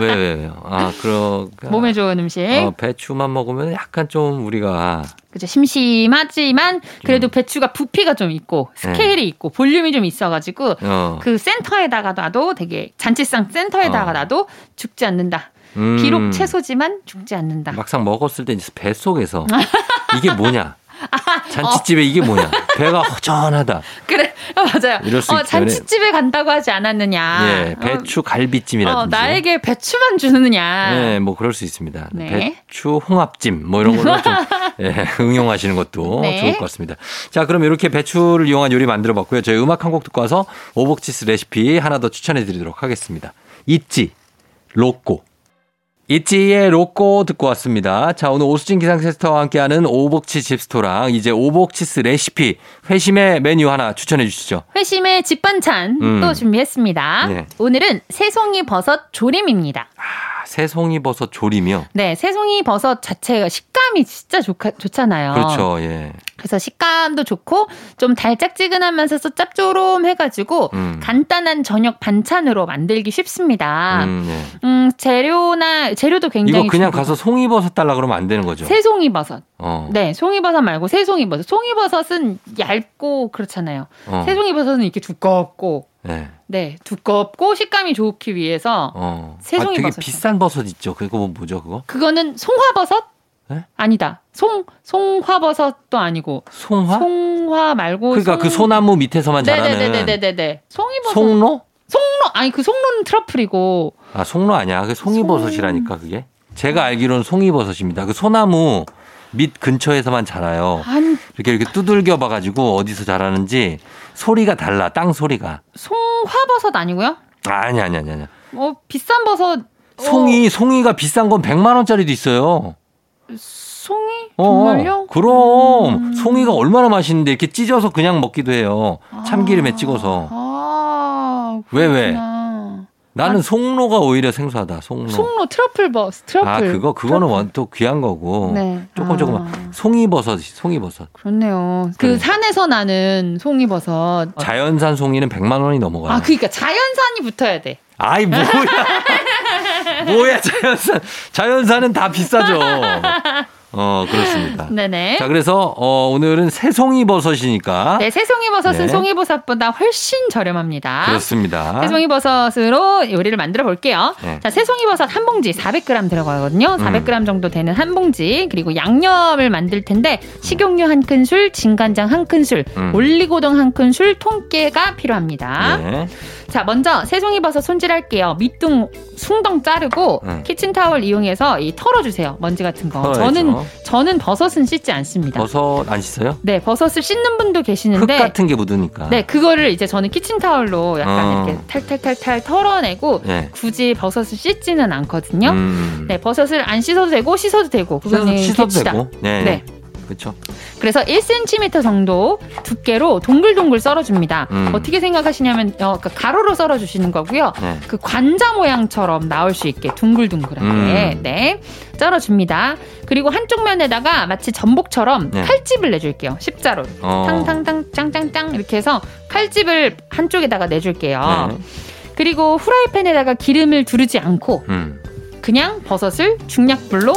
[SPEAKER 1] 왜, 왜, 왜? 아, 그러.
[SPEAKER 3] 몸에 좋은 음식.
[SPEAKER 1] 어, 배추만 먹으면 약간 좀 우리가
[SPEAKER 3] 그죠 심심하지만 그래도
[SPEAKER 1] 음.
[SPEAKER 3] 배추가 부피가 좀 있고 스케일이 있고 볼륨이 좀 있어가지고
[SPEAKER 1] 네. 어,
[SPEAKER 3] 그 센터에다가 놔도 되게 잔치상 센터에다가
[SPEAKER 1] 어.
[SPEAKER 3] 놔도 죽지 않는다.
[SPEAKER 1] 음,
[SPEAKER 3] 그 비록 채소지만 죽지 않는다.
[SPEAKER 1] 막상 먹었을 때 이제 배 속에서 이게 뭐냐?
[SPEAKER 3] 아, 어.
[SPEAKER 1] 잔치집에 이게 뭐냐? 배가 허전하다.
[SPEAKER 3] 그래 어, 맞아요.
[SPEAKER 1] 이럴 수
[SPEAKER 3] 어,
[SPEAKER 1] 있죠.
[SPEAKER 3] 잔치집에 간다고 하지 않았느냐.
[SPEAKER 1] 예, 배추 갈비찜이라든지.
[SPEAKER 3] 아, 어, 나에게 배추만 주느냐.
[SPEAKER 1] 예, 뭐 그럴 수 있습니다.
[SPEAKER 3] 아. 네.
[SPEAKER 1] 배추 홍합찜 뭐 이런 걸로 좀 예, 응용하시는 것도
[SPEAKER 3] 네.
[SPEAKER 1] 좋을 것 같습니다. 자, 그럼 이렇게 배추를 이용한 요리 만들어 봤고요. 저희 음악 한 곡 듣고 와서 오복치스 레시피 하나 더 추천해 드리도록 하겠습니다. 있지 로꼬 있지의 로꼬 듣고 왔습니다. 자, 오늘 오수진 기상캐스터와 함께하는 오복치 집스토랑 이제 오복치스 레시피 회심의 메뉴 하나 추천해 주시죠.
[SPEAKER 3] 회심의 집반찬
[SPEAKER 1] 음.
[SPEAKER 3] 또 준비했습니다.
[SPEAKER 1] 예.
[SPEAKER 3] 오늘은 새송이 버섯 조림입니다.
[SPEAKER 1] 아, 새송이 버섯 조림이요.
[SPEAKER 3] 네, 새송이 버섯 자체가 식감이 진짜 좋, 좋잖아요.
[SPEAKER 1] 그렇죠. 예.
[SPEAKER 3] 그래서 식감도 좋고 좀 달짝지근하면서도 짭조름해가지고
[SPEAKER 1] 음.
[SPEAKER 3] 간단한 저녁 반찬으로 만들기 쉽습니다. 음,
[SPEAKER 1] 음, 예.
[SPEAKER 3] 재료나 재료도 굉장히
[SPEAKER 1] 이거 그냥
[SPEAKER 3] 중요하고.
[SPEAKER 1] 가서 송이버섯 달라 그러면 안 되는 거죠.
[SPEAKER 3] 새송이 버섯.
[SPEAKER 1] 어.
[SPEAKER 3] 네, 송이 버섯 말고 새송이 버섯. 송이 버섯은 얇고 그렇잖아요.
[SPEAKER 1] 어.
[SPEAKER 3] 새송이 버섯은 이렇게 두껍고
[SPEAKER 1] 네.
[SPEAKER 3] 네, 두껍고 식감이 좋기 위해서
[SPEAKER 1] 어.
[SPEAKER 3] 새송이
[SPEAKER 1] 아, 되게
[SPEAKER 3] 버섯이요.
[SPEAKER 1] 비싼 버섯 있죠. 그거 뭐 뭐죠 그거?
[SPEAKER 3] 그거는 송화버섯?
[SPEAKER 1] 네?
[SPEAKER 3] 아니다. 송 송화버섯도 아니고
[SPEAKER 1] 송화?
[SPEAKER 3] 송화 말고
[SPEAKER 1] 그러니까
[SPEAKER 3] 송-
[SPEAKER 1] 그 소나무 밑에서만 자라는
[SPEAKER 3] 네네네네네네. 송이버섯.
[SPEAKER 1] 송로?
[SPEAKER 3] 송로 아니 그 송로는 트러플이고
[SPEAKER 1] 아 송로 아니야. 그 송이버섯이라니까 그게. 제가 알기로는 송이버섯입니다. 그 소나무 밑 근처에서만 자라요.
[SPEAKER 3] 한
[SPEAKER 1] 이렇게 이렇게 두들겨 봐가지고 어디서 자라는지 소리가 달라. 땅 소리가.
[SPEAKER 3] 송화버섯 아니고요?
[SPEAKER 1] 아니 아니 아니 아니.
[SPEAKER 3] 뭐 비싼 버섯. 어,
[SPEAKER 1] 송이 송이가 비싼 건 100만 원짜리도 있어요.
[SPEAKER 3] 송이
[SPEAKER 1] 어,
[SPEAKER 3] 정말요?
[SPEAKER 1] 그럼
[SPEAKER 3] 음.
[SPEAKER 1] 송이가 얼마나 맛있는데 이렇게 찢어서 그냥 먹기도 해요. 참기름에
[SPEAKER 3] 아,
[SPEAKER 1] 찍어서.
[SPEAKER 3] 아,
[SPEAKER 1] 왜, 왜?
[SPEAKER 3] 그렇구나.
[SPEAKER 1] 나는 송로가 오히려 생소하다. 송로.
[SPEAKER 3] 아. 송로 트러플 버섯 트러플.
[SPEAKER 1] 아 그거 그거는 원또 귀한 거고.
[SPEAKER 3] 네.
[SPEAKER 1] 조금
[SPEAKER 3] 아,
[SPEAKER 1] 조금만. 송이버섯 송이버섯.
[SPEAKER 3] 그렇네요. 그
[SPEAKER 1] 그래.
[SPEAKER 3] 산에서 나는 송이버섯.
[SPEAKER 1] 자연산 송이는 100만 원이 넘어가요.
[SPEAKER 3] 아, 그러니까 자연산이 붙어야 돼.
[SPEAKER 1] 아이 뭐야. 뭐야 자연산. 자연산은 다 비싸죠. 어 그렇습니다.
[SPEAKER 3] 네네.
[SPEAKER 1] 자 그래서 어, 오늘은 새송이 버섯이니까
[SPEAKER 3] 네, 새송이버섯은
[SPEAKER 1] 네.
[SPEAKER 3] 송이버섯보다 훨씬 저렴합니다.
[SPEAKER 1] 그렇습니다.
[SPEAKER 3] 새송이버섯으로 요리를 만들어 볼게요.
[SPEAKER 1] 아? 네. 음.
[SPEAKER 3] 자, 새송이버섯 한 봉지 400g 들어가거든요. 400g 정도 되는 한 봉지 그리고 양념을 만들 텐데 식용유 한 큰술, 진간장 한 큰술,
[SPEAKER 1] 음.
[SPEAKER 3] 올리고당 한 큰술, 통깨가 필요합니다.
[SPEAKER 1] 네.
[SPEAKER 3] 자, 먼저 새송이버섯 손질할게요. 밑둥 숭덩 자르고
[SPEAKER 1] 음.
[SPEAKER 3] 키친타월 이용해서 이 털어주세요. 먼지 같은 거. 저는
[SPEAKER 1] 털어야죠.
[SPEAKER 3] 저는 버섯은 씻지 않습니다.
[SPEAKER 1] 버섯 안 씻어요?
[SPEAKER 3] 네, 버섯을 씻는 분도
[SPEAKER 1] 흙
[SPEAKER 3] 계시는데
[SPEAKER 1] 같은 게 묻으니까.
[SPEAKER 3] 네, 그거를 이제 저는 키친타올로 약간
[SPEAKER 1] 어.
[SPEAKER 3] 이렇게 탈탈탈탈 털어내고
[SPEAKER 1] 네.
[SPEAKER 3] 굳이 버섯을 씻지는 않거든요.
[SPEAKER 1] 음.
[SPEAKER 3] 네, 버섯을 안 씻어도 되고 씻어도 되고 그거는
[SPEAKER 1] 씻어도
[SPEAKER 3] 캡시다.
[SPEAKER 1] 되고. 네.
[SPEAKER 3] 네.
[SPEAKER 1] 그렇죠.
[SPEAKER 3] 그래서 1cm 정도 두께로 동글동글 썰어줍니다.
[SPEAKER 1] 음.
[SPEAKER 3] 어떻게 생각하시냐면 어, 그러니까 가로로 썰어주시는 거고요.
[SPEAKER 1] 네.
[SPEAKER 3] 그 관자 모양처럼 나올 수 있게 둥글둥글하게
[SPEAKER 1] 음.
[SPEAKER 3] 네 썰어줍니다. 그리고 한쪽 면에다가 마치 전복처럼
[SPEAKER 1] 네.
[SPEAKER 3] 칼집을 내줄게요. 십자로
[SPEAKER 1] 어.
[SPEAKER 3] 탕탕탕 짱짱짱 이렇게 해서 칼집을 한쪽에다가 내줄게요.
[SPEAKER 1] 네.
[SPEAKER 3] 그리고 후라이팬에다가 기름을 두르지 않고
[SPEAKER 1] 음.
[SPEAKER 3] 그냥 버섯을 중약불로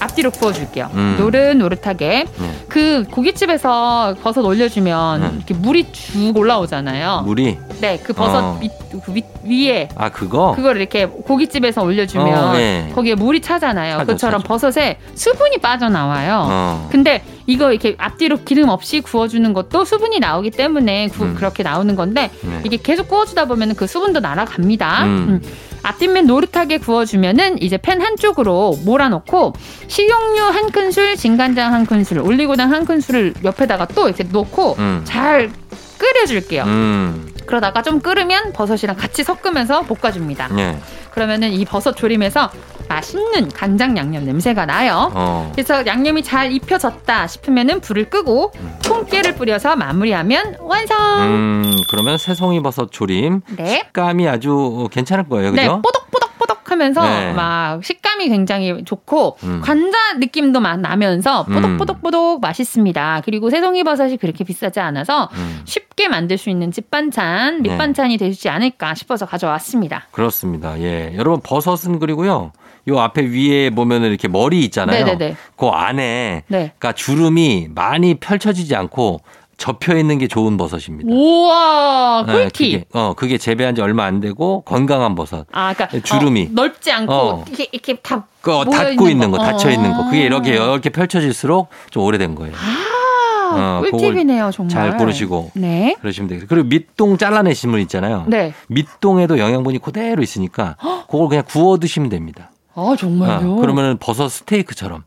[SPEAKER 3] 앞뒤로 구워줄게요.
[SPEAKER 1] 음.
[SPEAKER 3] 노릇노릇하게
[SPEAKER 1] 네.
[SPEAKER 3] 그 고깃집에서 버섯 올려주면
[SPEAKER 1] 네.
[SPEAKER 3] 이렇게 물이 쭉 올라오잖아요.
[SPEAKER 1] 물이
[SPEAKER 3] 네, 그 버섯
[SPEAKER 1] 어.
[SPEAKER 3] 밑, 그 윗- 위에
[SPEAKER 1] 아 그거.
[SPEAKER 3] 그걸 이렇게 고깃집에서 올려주면
[SPEAKER 1] 어, 네.
[SPEAKER 3] 거기에 물이 차잖아요.
[SPEAKER 1] 차죠,
[SPEAKER 3] 그처럼
[SPEAKER 1] 차죠.
[SPEAKER 3] 버섯에 수분이 빠져나와요.
[SPEAKER 1] 어.
[SPEAKER 3] 근데 이거 이렇게 앞뒤로 기름 없이 구워주는 것도 수분이 나오기 때문에 구-
[SPEAKER 1] 음.
[SPEAKER 3] 그렇게 나오는 건데
[SPEAKER 1] 네.
[SPEAKER 3] 이게 계속 구워주다 보면 그 수분도 날아갑니다.
[SPEAKER 1] 음.
[SPEAKER 3] 음. 앞뒷면 노릇하게 구워주면은 이제 팬 한쪽으로 몰아놓고 식용유 한 큰술, 진간장 한 큰술, 올리고당 한 큰술을 옆에다가 또 이렇게 놓고
[SPEAKER 1] 음.
[SPEAKER 3] 잘 끓여줄게요.
[SPEAKER 1] 음.
[SPEAKER 3] 그러다가 좀 끓으면 버섯이랑 같이 섞으면서 볶아줍니다.
[SPEAKER 1] 네.
[SPEAKER 3] 그러면은 이 버섯 조림에서 맛있는 간장 양념 냄새가 나요.
[SPEAKER 1] 어.
[SPEAKER 3] 그래서 양념이 잘 입혀졌다 싶으면은 불을 끄고
[SPEAKER 1] 음.
[SPEAKER 3] 통깨를 뿌려서 마무리하면 완성.
[SPEAKER 1] 음. 그러면 새송이 버섯 조림
[SPEAKER 3] 네.
[SPEAKER 1] 식감이 아주 괜찮을 거예요.
[SPEAKER 3] 네,
[SPEAKER 1] 그죠?
[SPEAKER 3] 뽀득뽀득뽀득하면서 촉촉하면서
[SPEAKER 1] 네.
[SPEAKER 3] 막 식감이 굉장히 좋고
[SPEAKER 1] 음.
[SPEAKER 3] 관자 느낌도 막 나면서
[SPEAKER 1] 음.
[SPEAKER 3] 뽀독뽀독뽀독 맛있습니다. 그리고 새송이 버섯이 그렇게 비싸지 않아서
[SPEAKER 1] 음,
[SPEAKER 3] 쉽게 만들 수 있는 집 반찬,
[SPEAKER 1] 네.
[SPEAKER 3] 밑반찬이 되지 않을까 싶어서 가져왔습니다.
[SPEAKER 1] 그렇습니다. 예. 여러분 버섯은 그리고요. 요 앞에 위에 보면은 이렇게 머리 있잖아요.
[SPEAKER 3] 네네네.
[SPEAKER 1] 그 안에
[SPEAKER 3] 네.
[SPEAKER 1] 그러니까 주름이 많이 펼쳐지지 않고 접혀 있는 게 좋은 버섯입니다.
[SPEAKER 3] 우와,
[SPEAKER 1] 네,
[SPEAKER 3] 아, 꿀팁.
[SPEAKER 1] 그게, 어, 그게 재배한 지 얼마 안 되고 건강한 버섯.
[SPEAKER 3] 아, 그러니까
[SPEAKER 1] 네, 주름이.
[SPEAKER 3] 어, 넓지 않고
[SPEAKER 1] 어.
[SPEAKER 3] 이렇게 이렇게 다
[SPEAKER 1] 그 어,
[SPEAKER 3] 모여
[SPEAKER 1] 닫고 있는 거,
[SPEAKER 3] 어.
[SPEAKER 1] 닫혀 있는 거. 그게 이렇게 이렇게 펼쳐질수록 좀 오래된 거예요.
[SPEAKER 3] 아,
[SPEAKER 1] 어,
[SPEAKER 3] 꿀팁이네요, 정말.
[SPEAKER 1] 잘 고르시고
[SPEAKER 3] 네.
[SPEAKER 1] 그러시면 되겠어요. 그리고 밑동 잘라내신 분 있잖아요.
[SPEAKER 3] 네.
[SPEAKER 1] 밑동에도 영양분이 그대로 있으니까 그걸 그냥 구워 드시면 됩니다. 어,
[SPEAKER 3] 아, 정말요?
[SPEAKER 1] 그러면 버섯 스테이크처럼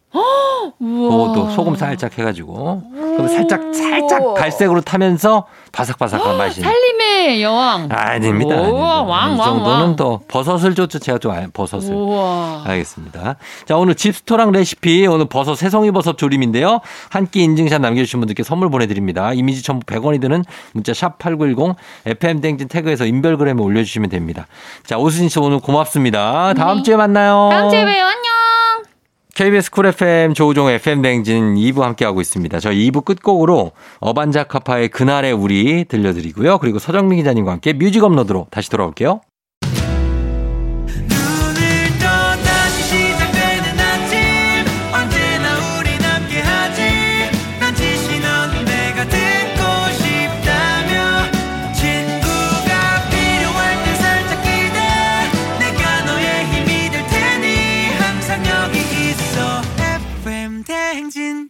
[SPEAKER 3] 우와.
[SPEAKER 1] 그것도 소금 살짝 해가지고 그럼 살짝 살짝 갈색으로 타면서 바삭바삭한 맛이
[SPEAKER 3] 살림의 여왕.
[SPEAKER 1] 아닙니다. 아닙니다.
[SPEAKER 3] 우와, 왕,
[SPEAKER 1] 이
[SPEAKER 3] 왕, 왕.
[SPEAKER 1] 정도는 또 버섯을 쫓아 제가 좀 알- 버섯을
[SPEAKER 3] 우와.
[SPEAKER 1] 알겠습니다. 자, 오늘 집스토랑 레시피, 오늘 버섯, 새송이 버섯 조림인데요. 한 끼 인증샷 남겨주신 분들께 선물 보내드립니다. 이미지 첨부 100원이 드는 문자 샵8910 FM댕진 태그에서 인별그램에 올려주시면 됩니다. 자, 오수진 씨 오늘 고맙습니다. 다음
[SPEAKER 3] 네.
[SPEAKER 1] 주에 만나요.
[SPEAKER 3] 다음 주에 봬요. 안녕.
[SPEAKER 1] KBS 쿨 FM 조우종 FM 댕진 2부 함께하고 있습니다. 저희 2부 끝곡으로 어반자카파의 그날의 우리 들려드리고요. 그리고 서정민 기자님과 함께 뮤직 업로드로 다시 돌아올게요.
[SPEAKER 4] 오늘 또 다시 시작되는 아침 언제나 우린 함께하지 난 지시 넌 내가 듣고 싶다며 친구가 필요할 때 살짝 기대 내가 너의 힘이 될 테니 항상 여기 있어 FM 대행진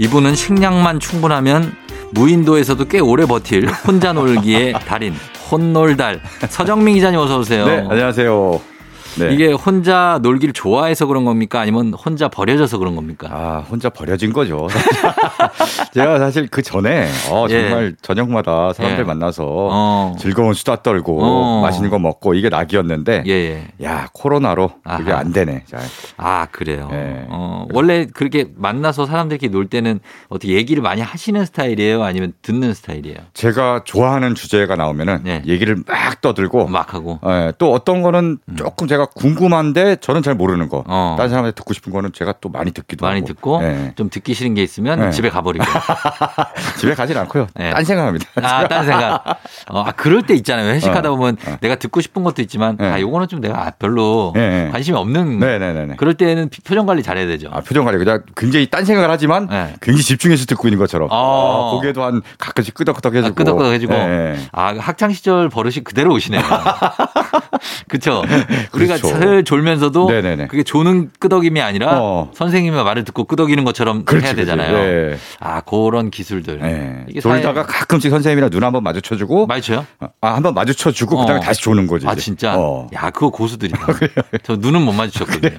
[SPEAKER 1] 이분은 식량만 충분하면 무인도에서도 꽤 오래 버틸 혼자 놀기의 달인 혼놀달 서정민 기자님 어서 오세요.
[SPEAKER 5] 네, 안녕하세요. 네.
[SPEAKER 1] 이게 혼자 놀기를 좋아해서 그런 겁니까? 아니면 혼자 버려져서 그런 겁니까?
[SPEAKER 5] 아, 혼자 버려진 거죠. 제가 사실 그 전에 어,
[SPEAKER 1] 예.
[SPEAKER 5] 정말 저녁마다 사람들
[SPEAKER 1] 예.
[SPEAKER 5] 만나서
[SPEAKER 1] 어.
[SPEAKER 5] 즐거운 수다 떨고
[SPEAKER 1] 어.
[SPEAKER 5] 맛있는 거 먹고 이게 낙이었는데
[SPEAKER 1] 예, 예.
[SPEAKER 5] 야, 코로나로 그게
[SPEAKER 1] 아하.
[SPEAKER 5] 안 되네. 자,
[SPEAKER 1] 아, 그래요.
[SPEAKER 5] 예.
[SPEAKER 1] 어, 원래 그렇게 만나서 사람들끼리 놀 때는 어떻게 얘기를 많이 하시는 스타일이에요? 아니면 듣는 스타일이에요?
[SPEAKER 5] 제가 좋아하는 주제가 나오면은
[SPEAKER 1] 예.
[SPEAKER 5] 얘기를 막 떠들고
[SPEAKER 1] 막 하고.
[SPEAKER 5] 예, 또 어떤 거는 조금 제가 궁금한데 저는 잘 모르는 거.
[SPEAKER 1] 음. 어.
[SPEAKER 5] 다른 사람한테 듣고 싶은 거는 제가 또 많이 듣기도
[SPEAKER 1] 많이
[SPEAKER 5] 하고.
[SPEAKER 1] 듣고
[SPEAKER 5] 예.
[SPEAKER 1] 좀 듣기 싫은 게 있으면
[SPEAKER 5] 예.
[SPEAKER 1] 집에 가버리고.
[SPEAKER 5] 집에 가진 않고요.
[SPEAKER 1] 예.
[SPEAKER 5] 딴 생각합니다.
[SPEAKER 1] 아, 딴 생각. 어, 아, 그럴 때 있잖아요. 회식하다 보면 내가 듣고 싶은 것도 있지만,
[SPEAKER 5] 어. 예.
[SPEAKER 1] 아, 요거는 좀 내가 별로
[SPEAKER 5] 예, 예.
[SPEAKER 1] 관심이 없는.
[SPEAKER 5] 네, 네, 네, 네.
[SPEAKER 1] 그럴 때는 표정 관리 잘해야 되죠.
[SPEAKER 5] 아, 표정 관리 그냥 굉장히 딴 생각을 하지만
[SPEAKER 1] 네.
[SPEAKER 5] 굉장히 집중해서 듣고 있는 것처럼
[SPEAKER 1] 어.
[SPEAKER 5] 아, 고개도 한 가끔씩 끄덕끄덕해지고
[SPEAKER 1] 아, 끄덕끄덕해지고.
[SPEAKER 5] 예, 예.
[SPEAKER 1] 아 학창 시절 버릇이 그대로 오시네요. 그렇죠. 우리가
[SPEAKER 5] 그렇죠.
[SPEAKER 1] 살 졸면서도
[SPEAKER 5] 네네네.
[SPEAKER 1] 그게 조는 끄덕임이 아니라
[SPEAKER 5] 어.
[SPEAKER 1] 선생님의 말을 듣고 끄덕이는 것처럼
[SPEAKER 5] 그렇지,
[SPEAKER 1] 해야 되잖아요.
[SPEAKER 5] 그렇지.
[SPEAKER 1] 아 그런 기술들.
[SPEAKER 5] 예, 예.
[SPEAKER 1] 이게
[SPEAKER 5] 졸다가
[SPEAKER 1] 사회-
[SPEAKER 5] 가끔씩 선생님이랑 눈 한번 마주쳐주고
[SPEAKER 1] 맞죠?
[SPEAKER 5] 아 한번 마주쳐주고
[SPEAKER 1] 어.
[SPEAKER 5] 그다음에 다시 조는 거지.
[SPEAKER 1] 아
[SPEAKER 5] 이제.
[SPEAKER 1] 진짜.
[SPEAKER 5] 어.
[SPEAKER 1] 야 그거 고수들이다. 저 눈은 못 마주쳤거든요.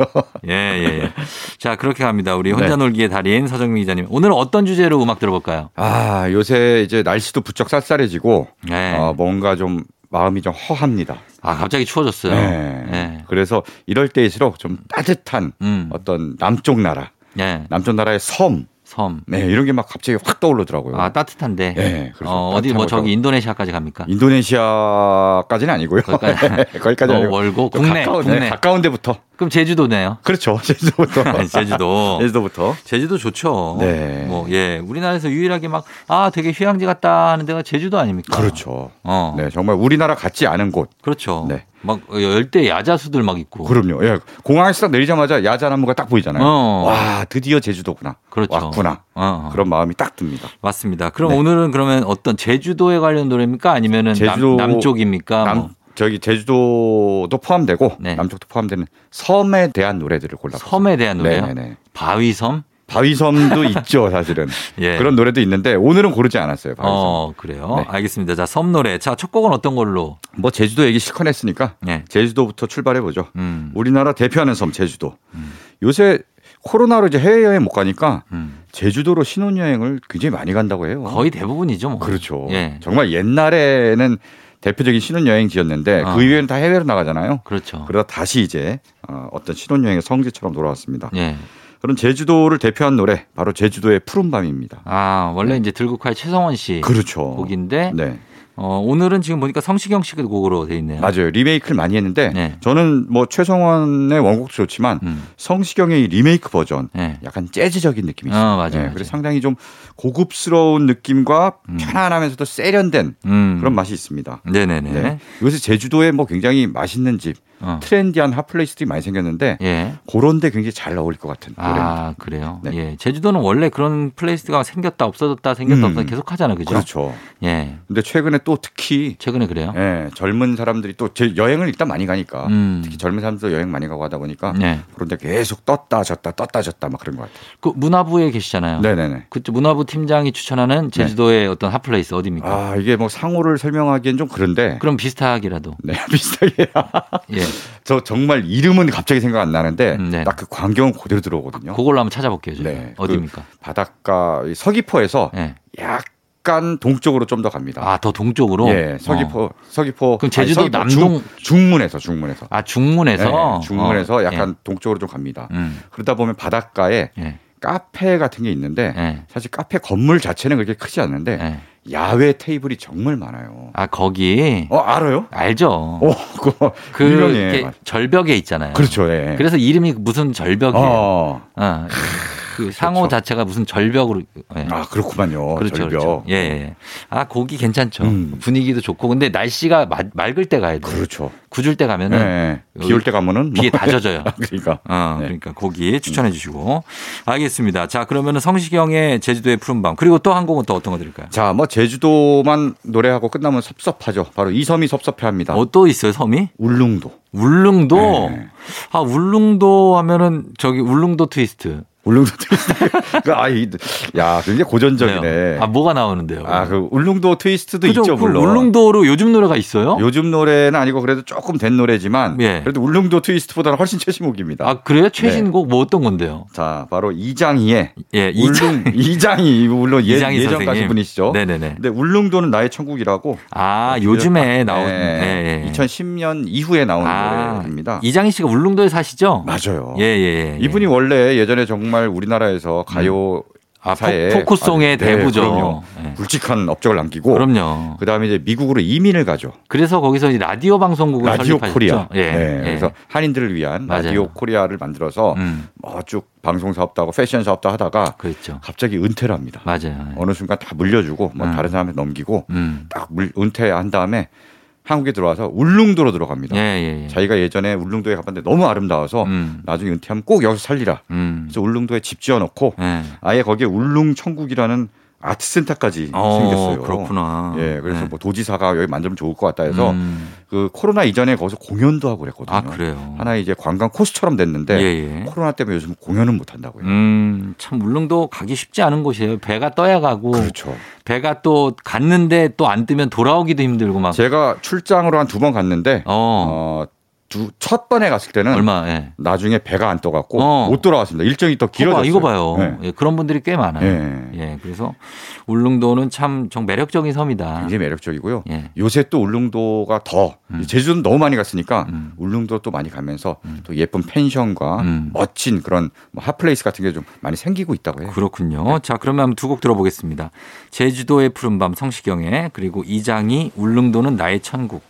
[SPEAKER 1] 예예. 예. 자 그렇게 갑니다. 우리 혼자
[SPEAKER 5] 네.
[SPEAKER 1] 놀기의 달인 서정민 기자님. 오늘 어떤 주제로 음악 들어볼까요?
[SPEAKER 5] 아 요새 이제 날씨도 부쩍 쌀쌀해지고
[SPEAKER 1] 네.
[SPEAKER 5] 어, 뭔가 좀 마음이 좀 허합니다.
[SPEAKER 1] 아 갑자기 추워졌어요.
[SPEAKER 5] 네.
[SPEAKER 1] 예.
[SPEAKER 5] 그래서 이럴 때일수록 좀 따뜻한
[SPEAKER 1] 음.
[SPEAKER 5] 어떤 남쪽 나라,
[SPEAKER 1] 예.
[SPEAKER 5] 남쪽 나라의 섬,
[SPEAKER 1] 섬.
[SPEAKER 5] 네 이런 게 막 갑자기 확 떠오르더라고요.
[SPEAKER 1] 아 따뜻한데.
[SPEAKER 5] 그 예, 그래서
[SPEAKER 1] 어, 어디 뭐
[SPEAKER 5] 따뜻하고
[SPEAKER 1] 저기
[SPEAKER 5] 좀-
[SPEAKER 1] 인도네시아까지 갑니까?
[SPEAKER 5] 인도네시아까지는 아니고요.
[SPEAKER 1] 거기까지-
[SPEAKER 5] 거기까지
[SPEAKER 1] 너무
[SPEAKER 5] 아니고
[SPEAKER 1] 멀고
[SPEAKER 5] 좀
[SPEAKER 1] 국내,
[SPEAKER 5] 가까운,
[SPEAKER 1] 국내.
[SPEAKER 5] 네, 가까운 데부터
[SPEAKER 1] 그럼 제주도네요. 네,
[SPEAKER 5] 그렇죠 제주도부터
[SPEAKER 1] 아, 제주도.
[SPEAKER 5] 제주도부터
[SPEAKER 1] 제주도 좋죠.
[SPEAKER 5] 예. 네.
[SPEAKER 1] 뭐 예, 우리나라에서 유일하게 막 아 되게 휴양지 같다 하는 데가 제주도 아닙니까?
[SPEAKER 5] 그렇죠.
[SPEAKER 1] 어,
[SPEAKER 5] 네 정말 우리나라 같지 않은 곳.
[SPEAKER 1] 그렇죠.
[SPEAKER 5] 네.
[SPEAKER 1] 막 열대 야자수들 막 있고.
[SPEAKER 5] 그럼요. 예, 공항에서 딱 내리자마자 야자나무가 딱 보이잖아요.
[SPEAKER 1] 어.
[SPEAKER 5] 와 드디어 제주도구나.
[SPEAKER 1] 그렇죠.
[SPEAKER 5] 왔구나.
[SPEAKER 1] 어, 어.
[SPEAKER 5] 그런 마음이 딱 듭니다.
[SPEAKER 1] 맞습니다. 그럼
[SPEAKER 5] 네.
[SPEAKER 1] 오늘은 그러면 어떤 제주도에 관련 노래입니까? 아니면은
[SPEAKER 5] 제주도-
[SPEAKER 1] 남, 쪽입니까
[SPEAKER 5] 남
[SPEAKER 1] 뭐
[SPEAKER 5] 저기 제주도도 포함되고
[SPEAKER 1] 네.
[SPEAKER 5] 남쪽도 포함되는 섬에 대한 노래들을 골라.
[SPEAKER 1] 섬에 대한 노래요?
[SPEAKER 5] 네네네.
[SPEAKER 1] 바위섬?
[SPEAKER 5] 바위섬도 있죠, 사실은.
[SPEAKER 1] 예.
[SPEAKER 5] 그런 노래도 있는데 오늘은 고르지 않았어요. 바위섬.
[SPEAKER 1] 어, 그래요.
[SPEAKER 5] 네.
[SPEAKER 1] 알겠습니다. 자, 섬 노래. 자, 첫 곡은 어떤 걸로?
[SPEAKER 5] 뭐 제주도 얘기 실컷 했으니까
[SPEAKER 1] 예.
[SPEAKER 5] 제주도부터 출발해 보죠.
[SPEAKER 1] 음.
[SPEAKER 5] 우리나라 대표하는 섬 제주도. 요새 코로나로 이제 해외여행 못 가니까
[SPEAKER 1] 음.
[SPEAKER 5] 제주도로 신혼여행을 굉장히 많이 간다고 해요.
[SPEAKER 1] 거의 대부분이죠, 뭐.
[SPEAKER 5] 그렇죠.
[SPEAKER 1] 예.
[SPEAKER 5] 정말 옛날에는 대표적인 신혼여행지였는데
[SPEAKER 1] 아.
[SPEAKER 5] 그 이후에는 다 해외로 나가잖아요.
[SPEAKER 1] 그렇죠.
[SPEAKER 5] 그러다 다시 이제 어, 어떤 신혼여행의 성지처럼 돌아왔습니다.
[SPEAKER 1] 예.
[SPEAKER 5] 그런 제주도를 대표한 노래 바로 제주도의 푸른 밤입니다.
[SPEAKER 1] 아, 원래 이제 들국화의 최성원 씨
[SPEAKER 5] 그렇죠.
[SPEAKER 1] 곡인데
[SPEAKER 5] 네
[SPEAKER 1] 어, 오늘은 지금 보니까 성시경 씨 곡으로 돼 있네요.
[SPEAKER 5] 맞아요 리메이크를 많이 했는데
[SPEAKER 1] 네.
[SPEAKER 5] 저는 뭐 최성원의 원곡도 좋지만
[SPEAKER 1] 음.
[SPEAKER 5] 성시경의 이 리메이크 버전
[SPEAKER 1] 예.
[SPEAKER 5] 약간 재즈적인 느낌이
[SPEAKER 1] 어,
[SPEAKER 5] 있어요. 예,
[SPEAKER 1] 맞아요, 맞아요.
[SPEAKER 5] 네, 그래서 상당히 좀 고급스러운 느낌과
[SPEAKER 1] 음.
[SPEAKER 5] 편안하면서도 세련된
[SPEAKER 1] 음.
[SPEAKER 5] 그런 맛이 있습니다.
[SPEAKER 1] 네, 네, 네.
[SPEAKER 5] 요새 제주도에 뭐 굉장히 맛있는 집
[SPEAKER 1] 어.
[SPEAKER 5] 트렌디한 핫플레이스들이 많이 생겼는데
[SPEAKER 1] 예.
[SPEAKER 5] 그런데 굉장히 잘 어울릴 것 같은 노래입니다.
[SPEAKER 1] 아, 그래요.
[SPEAKER 5] 네.
[SPEAKER 1] 예. 제주도는 원래 그런 플레이스가 생겼다 없어졌다 생겼다
[SPEAKER 5] 음.
[SPEAKER 1] 없어졌다 계속 하잖아요. 그죠?
[SPEAKER 5] 그렇죠.
[SPEAKER 1] 예.
[SPEAKER 5] 근데 최근에 또 특히
[SPEAKER 1] 최근에 그래요?
[SPEAKER 5] 예, 젊은 사람들이 또 제- 여행을 일단 많이 가니까
[SPEAKER 1] 어? 음.
[SPEAKER 5] 특히 젊은 사람들 여행 많이 가고 하다 보니까
[SPEAKER 1] 예.
[SPEAKER 5] 그런데 계속 떴다 졌다 떴다 졌다 막 그런 것 같아요.
[SPEAKER 1] 그 문화부에 계시잖아요.
[SPEAKER 5] 네네네.
[SPEAKER 1] 그쪽 문화부 팀장이 추천하는 제주도의 어떤 핫플레이스 어디입니까?
[SPEAKER 5] 아 이게 뭐 상호를 설명하기엔 좀 그런데
[SPEAKER 1] 그럼 비슷하기라도.
[SPEAKER 5] 네 비슷하게
[SPEAKER 1] 예.
[SPEAKER 5] 저 정말 이름은 갑자기 생각 안 나는데
[SPEAKER 1] 음, 네.
[SPEAKER 5] 딱 그 광경은 그대로 들어오거든요.
[SPEAKER 1] 그걸로 한번 찾아볼게요. 저희가.
[SPEAKER 5] 네, 그-
[SPEAKER 1] 어디입니까?
[SPEAKER 5] 바닷가 이 서귀포에서
[SPEAKER 1] 예.
[SPEAKER 5] 약간 동쪽으로 좀 더 갑니다.
[SPEAKER 1] 아, 더 동쪽으로? 어.
[SPEAKER 5] 예, 서귀포 서귀포
[SPEAKER 1] 그럼 제주도
[SPEAKER 5] 아니, 서귀포,
[SPEAKER 1] 남동-
[SPEAKER 5] 중, 중문에서 중문에서
[SPEAKER 1] 아, 중문에서?
[SPEAKER 5] 네, 중문에서
[SPEAKER 1] 어,
[SPEAKER 5] 약간 동쪽으로 좀 갑니다.
[SPEAKER 1] 예. 음.
[SPEAKER 5] 그러다 보면 바닷가에
[SPEAKER 1] 예.
[SPEAKER 5] 카페 같은 게 있는데
[SPEAKER 1] 예.
[SPEAKER 5] 사실 카페 건물 자체는 그렇게 크지 않는데
[SPEAKER 1] 예.
[SPEAKER 5] 야외 테이블이 정말 많아요.
[SPEAKER 1] 아, 거기.
[SPEAKER 5] 어 알아요?
[SPEAKER 1] 알죠.
[SPEAKER 5] 어, 그거
[SPEAKER 1] 그
[SPEAKER 5] 유명해.
[SPEAKER 1] 이렇게
[SPEAKER 5] 맞-
[SPEAKER 1] 절벽에 있잖아요.
[SPEAKER 5] 그렇죠. 예.
[SPEAKER 1] 그래서 이름이 무슨 절벽이에요. 어.
[SPEAKER 5] 어.
[SPEAKER 1] 그 상호
[SPEAKER 5] 좋죠.
[SPEAKER 1] 자체가 무슨 절벽으로. 예.
[SPEAKER 5] 아 그렇구만요.
[SPEAKER 1] 그렇죠,
[SPEAKER 5] 절벽.
[SPEAKER 1] 그렇죠. 예, 예. 아, 거기 괜찮죠.
[SPEAKER 5] 음.
[SPEAKER 1] 분위기도 좋고. 근데 날씨가 마- 맑을 때 가야 돼.
[SPEAKER 5] 그렇죠.
[SPEAKER 1] 굳을 때 가면은
[SPEAKER 5] 예. 비올 때 가면은
[SPEAKER 1] 비에
[SPEAKER 5] 뭐-
[SPEAKER 1] 다 젖어요.
[SPEAKER 5] 그러니까.
[SPEAKER 1] 어,
[SPEAKER 5] 네.
[SPEAKER 1] 그러니까 거기 추천해 주시고. 알겠습니다. 자, 그러면은 성시경의 제주도의 푸른밤. 그리고 또 한 곡은 또 어떤 거 드릴까요?
[SPEAKER 5] 자, 뭐 제주도만 노래하고 끝나면 섭섭하죠. 바로 이 섬이 섭섭해합니다.
[SPEAKER 1] 어, 또 있어요, 섬이?
[SPEAKER 5] 울릉도.
[SPEAKER 1] 울릉도?
[SPEAKER 5] 네.
[SPEAKER 1] 아, 울릉도 하면은 저기 울릉도 트위스트.
[SPEAKER 5] 울릉도. 그 아이, 야, 굉장히 고전적이네.
[SPEAKER 1] 아, 뭐가 나오는데요?
[SPEAKER 5] 아, 그 울릉도 트위스트도
[SPEAKER 1] 그죠?
[SPEAKER 5] 있죠,
[SPEAKER 1] 그
[SPEAKER 5] 물론.
[SPEAKER 1] 울릉도로 요즘 노래가 있어요?
[SPEAKER 5] 요즘 노래는 아니고 그래도 조금 된 노래지만
[SPEAKER 1] 예.
[SPEAKER 5] 그래도 울릉도 트위스트보다는 훨씬 최신곡입니다.
[SPEAKER 1] 아, 그래요? 최신곡 뭐 어떤 건데요?
[SPEAKER 5] 자, 바로 이장희의
[SPEAKER 1] 예,
[SPEAKER 5] 울릉 이장희 물론 예,
[SPEAKER 1] 이장희
[SPEAKER 5] 예전 가수
[SPEAKER 1] 선생님.
[SPEAKER 5] 분이시죠.
[SPEAKER 1] 네네네.
[SPEAKER 5] 근데 울릉도는 나의 천국이라고
[SPEAKER 1] 아, 요즘에 나온
[SPEAKER 5] 네,
[SPEAKER 1] 예, 예.
[SPEAKER 5] 2010년 이후에 나온
[SPEAKER 1] 아,
[SPEAKER 5] 노래입니다.
[SPEAKER 1] 이장희 씨가 울릉도에 사시죠?
[SPEAKER 5] 맞아요.
[SPEAKER 1] 예, 예, 음. 예.
[SPEAKER 5] 이분이 원래 예전에 정말 우리나라에서 가요
[SPEAKER 1] 아,
[SPEAKER 5] 사에
[SPEAKER 1] 포- 포크송의
[SPEAKER 5] 아주- 네,
[SPEAKER 1] 대부죠.
[SPEAKER 5] 그럼요.
[SPEAKER 1] 예.
[SPEAKER 5] 굵직한 업적을 남기고
[SPEAKER 1] 그럼요.
[SPEAKER 5] 다음에 이제 미국으로 이민을 가죠.
[SPEAKER 1] 그래서 거기서 이 라디오 방송국을
[SPEAKER 5] 라디오
[SPEAKER 1] 설립하셨죠.
[SPEAKER 5] 코리아.
[SPEAKER 1] 예.
[SPEAKER 5] 네,
[SPEAKER 1] 예.
[SPEAKER 5] 그래서 한인들을 위한
[SPEAKER 1] 맞아요.
[SPEAKER 5] 라디오 코리아를 만들어서
[SPEAKER 1] 음,
[SPEAKER 5] 뭐 쭉 방송 사업도 하고 패션 사업도 하다가
[SPEAKER 1] 그렇죠.
[SPEAKER 5] 갑자기 은퇴를 합니다.
[SPEAKER 1] 맞아요.
[SPEAKER 5] 어느 순간 다 물려주고 뭐
[SPEAKER 1] 음.
[SPEAKER 5] 다른 사람한테 넘기고
[SPEAKER 1] 음.
[SPEAKER 5] 딱 물- 은퇴한 다음에 한국에 들어와서 울릉도로 들어갑니다.
[SPEAKER 1] 예, 예, 예.
[SPEAKER 5] 자기가 예전에 울릉도에 가봤는데 너무 아름다워서
[SPEAKER 1] 음.
[SPEAKER 5] 나중에 은퇴하면 꼭 여기서 살리라.
[SPEAKER 1] 음.
[SPEAKER 5] 그래서 울릉도에 집 지어놓고
[SPEAKER 1] 예.
[SPEAKER 5] 아예 거기에 울릉천국이라는 아트센터까지
[SPEAKER 1] 어,
[SPEAKER 5] 생겼어요.
[SPEAKER 1] 그렇구나.
[SPEAKER 5] 예, 그래서
[SPEAKER 1] 네.
[SPEAKER 5] 뭐 도지사가 여기 만들면 좋을 것 같다 해서
[SPEAKER 1] 음.
[SPEAKER 5] 그 코로나 이전에 거기서 공연도 하고 그랬거든요.
[SPEAKER 1] 아, 그래요.
[SPEAKER 5] 하나의 이제 관광 코스처럼 됐는데
[SPEAKER 1] 예, 예.
[SPEAKER 5] 코로나 때문에 요즘 공연은 못 한다고요.
[SPEAKER 1] 음, 참 울릉도 가기 쉽지 않은 곳이에요. 배가 떠야 가고
[SPEAKER 5] 그렇죠.
[SPEAKER 1] 배가 또 갔는데 또 안 뜨면 돌아오기도 힘들고 막.
[SPEAKER 5] 제가 출장으로 한 두 번 갔는데
[SPEAKER 1] 어.
[SPEAKER 5] 어, 음. 두, 첫 번에 갔을 때는
[SPEAKER 1] 얼마? 예.
[SPEAKER 5] 나중에 배가 안 떠갖고
[SPEAKER 1] 어.
[SPEAKER 5] 못 돌아왔습니다. 일정이 더 길어졌어요.
[SPEAKER 1] 봐봐, 이거 봐요.
[SPEAKER 5] 네.
[SPEAKER 1] 예, 그런 분들이 꽤 많아요.
[SPEAKER 5] 예.
[SPEAKER 1] 예, 그래서 울릉도는 참 정 매력적인 섬이다.
[SPEAKER 5] 굉장히 매력적이고요.
[SPEAKER 1] 예.
[SPEAKER 5] 요새 또 울릉도가 더
[SPEAKER 1] 음.
[SPEAKER 5] 제주도는 너무 많이 갔으니까
[SPEAKER 1] 음.
[SPEAKER 5] 울릉도 또 많이 가면서 또 예쁜 펜션과
[SPEAKER 1] 음.
[SPEAKER 5] 멋진 그런 뭐 핫플레이스 같은 게 좀 많이 생기고 있다고 해요.
[SPEAKER 1] 그렇군요. 자, 그러면 한번 두 곡 들어보겠습니다. 제주도의 푸른밤 성시경의 그리고 이장희 울릉도는 나의 천국.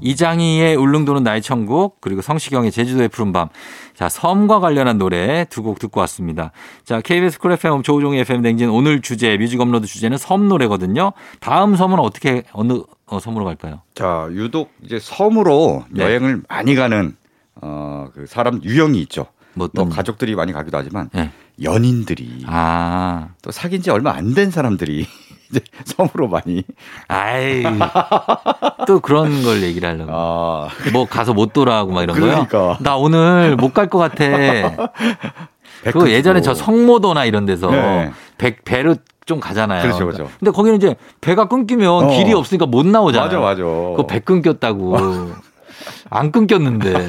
[SPEAKER 1] 이장희의 울릉도는 나의 천국 그리고 성시경의 제주도의 푸른밤. 자, 섬과 관련한 노래 두 곡 듣고 왔습니다. 자, KBS 쿨 FM 조우종의 FM 댕진 오늘 주제 뮤직 업로드 주제는 섬 노래거든요. 다음 섬은 어떻게 어느 어, 섬으로 갈까요?
[SPEAKER 5] 자, 유독 이제 섬으로
[SPEAKER 1] 네.
[SPEAKER 5] 여행을 많이 가는 어, 그 사람 유형이 있죠.
[SPEAKER 1] 뭐
[SPEAKER 5] 또
[SPEAKER 1] 어떤
[SPEAKER 5] 가족들이 많이 가기도 하지만
[SPEAKER 1] 네.
[SPEAKER 5] 연인들이
[SPEAKER 1] 아.
[SPEAKER 5] 또 사귄 지 얼마 안 된 사람들이 이제 섬으로 많이
[SPEAKER 1] 아이. 또 그런 걸 얘기를 하려고.
[SPEAKER 5] 아,
[SPEAKER 1] 뭐 가서 못 돌아오고 막 이런 거요?
[SPEAKER 5] 그러니까.
[SPEAKER 1] 나 오늘 못 갈 것 같아. 그거 예전에 저
[SPEAKER 5] 성
[SPEAKER 1] 성모도나 이런 데서
[SPEAKER 5] 네.
[SPEAKER 1] 배, 배로 좀 가잖아요. 그러니까
[SPEAKER 5] 그렇죠, 그렇죠.
[SPEAKER 1] 근데 거기는 이제 배가 끊기면
[SPEAKER 5] 어.
[SPEAKER 1] 길이 없으니까 못 나오잖아요.
[SPEAKER 5] 맞아 어. 맞아.
[SPEAKER 1] 그거 배 끊겼다고. 안 끊겼는데.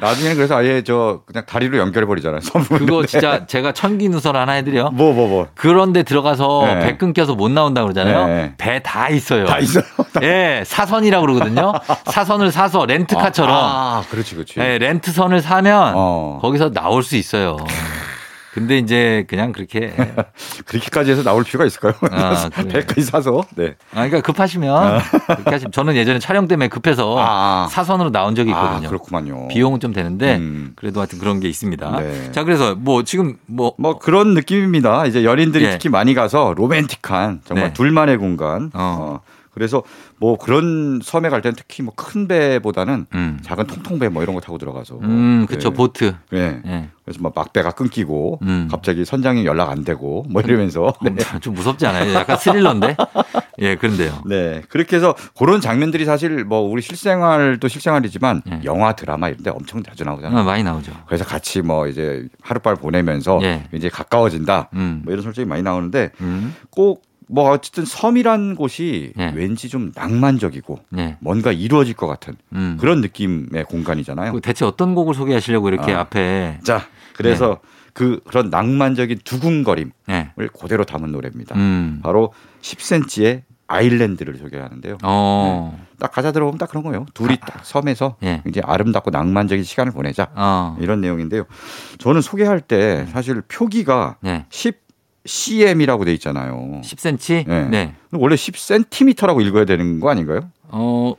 [SPEAKER 5] 나중에는 그래서 아예 저 그냥 다리로 연결해 버리잖아요. 선물.
[SPEAKER 1] 그거 진짜 제가 천기 누설 하나 해드려.
[SPEAKER 5] 뭐뭐 뭐.
[SPEAKER 1] 그런데 들어가서
[SPEAKER 5] 네.
[SPEAKER 1] 배 끊겨서 못 나온다 그러잖아요.
[SPEAKER 5] 네.
[SPEAKER 1] 배 다 있어요.
[SPEAKER 5] 다 있어요.
[SPEAKER 1] 예, 사선이라고 그러거든요. 사선을 사서 렌트카처럼.
[SPEAKER 5] 아, 아, 그렇지 그렇지.
[SPEAKER 1] 예, 렌트선을 사면
[SPEAKER 5] 어.
[SPEAKER 1] 거기서 나올 수 있어요. 근데 이제 그냥 그렇게 예.
[SPEAKER 5] 그렇게까지 해서 나올 필요가 있을까요?
[SPEAKER 1] 아, 그래요.
[SPEAKER 5] 배까지 사서. 네.
[SPEAKER 1] 아, 그러니까 급하시면 그렇게 하시면 저는 예전에 촬영 때문에 급해서
[SPEAKER 5] 아, 아.
[SPEAKER 1] 사선으로 나온 적이 있거든요.
[SPEAKER 5] 아, 그렇구만요.
[SPEAKER 1] 비용은 좀 되는데
[SPEAKER 5] 음.
[SPEAKER 1] 그래도 하여튼 그런 게 있습니다.
[SPEAKER 5] 네.
[SPEAKER 1] 자, 그래서 뭐 지금 뭐
[SPEAKER 5] 뭐 그런 느낌입니다. 이제 연인들이
[SPEAKER 1] 예.
[SPEAKER 5] 특히 많이 가서 로맨틱한 정말
[SPEAKER 1] 네.
[SPEAKER 5] 둘만의 공간.
[SPEAKER 1] 어.
[SPEAKER 5] 어. 그래서 뭐 그런 섬에 갈 때는 특히 뭐 큰 배보다는
[SPEAKER 1] 음.
[SPEAKER 5] 작은 통통배 뭐 이런 거 타고 들어가서.
[SPEAKER 1] 음, 그쵸
[SPEAKER 5] 예.
[SPEAKER 1] 보트.
[SPEAKER 5] 예.
[SPEAKER 1] 예.
[SPEAKER 5] 그래서 막 막배가 끊기고
[SPEAKER 1] 음.
[SPEAKER 5] 갑자기 선장이 연락 안 되고 뭐 이러면서 네.
[SPEAKER 1] 어, 좀 무섭지 않아요? 약간 스릴러인데. 예, 그런데요.
[SPEAKER 5] 네. 그렇게 해서 그런 장면들이 사실 뭐 우리 실생활도 실생활이지만
[SPEAKER 1] 예.
[SPEAKER 5] 영화 드라마 이런 데 엄청 자주 나오잖아요.
[SPEAKER 1] 아, 많이 나오죠.
[SPEAKER 5] 그래서 같이 뭐 이제 하룻밤 보내면서
[SPEAKER 1] 예.
[SPEAKER 5] 이제 가까워진다
[SPEAKER 1] 음.
[SPEAKER 5] 뭐 이런 설정이 많이 나오는데
[SPEAKER 1] 음.
[SPEAKER 5] 꼭 뭐 어쨌든 섬이란 곳이
[SPEAKER 1] 예.
[SPEAKER 5] 왠지 좀 낭만적이고
[SPEAKER 1] 예.
[SPEAKER 5] 뭔가 이루어질 것 같은
[SPEAKER 1] 음.
[SPEAKER 5] 그런 느낌의 공간이잖아요.
[SPEAKER 1] 그 대체 어떤 곡을 소개하시려고 이렇게
[SPEAKER 5] 아.
[SPEAKER 1] 앞에
[SPEAKER 5] 자, 그래서
[SPEAKER 1] 네.
[SPEAKER 5] 그 그런 낭만적인 두근거림을
[SPEAKER 1] 예.
[SPEAKER 5] 그대로 담은 노래입니다.
[SPEAKER 1] 음.
[SPEAKER 5] 바로 10cm의 아일랜드를 소개하는데요.
[SPEAKER 1] 어.
[SPEAKER 5] 딱 가사 들어보면 딱 그런 거예요. 둘이 딱 섬에서
[SPEAKER 1] 예.
[SPEAKER 5] 이제 아름답고 낭만적인 시간을 보내자
[SPEAKER 1] 어. 음.
[SPEAKER 5] 이런 내용인데요. 저는 소개할 때 사실 표기가
[SPEAKER 1] 예.
[SPEAKER 5] 10cm이라고 돼 있잖아요.
[SPEAKER 1] 10cm?
[SPEAKER 5] 예.
[SPEAKER 1] 네.
[SPEAKER 5] 원래 10cm라고 읽어야 되는 거 아닌가요?
[SPEAKER 1] 어.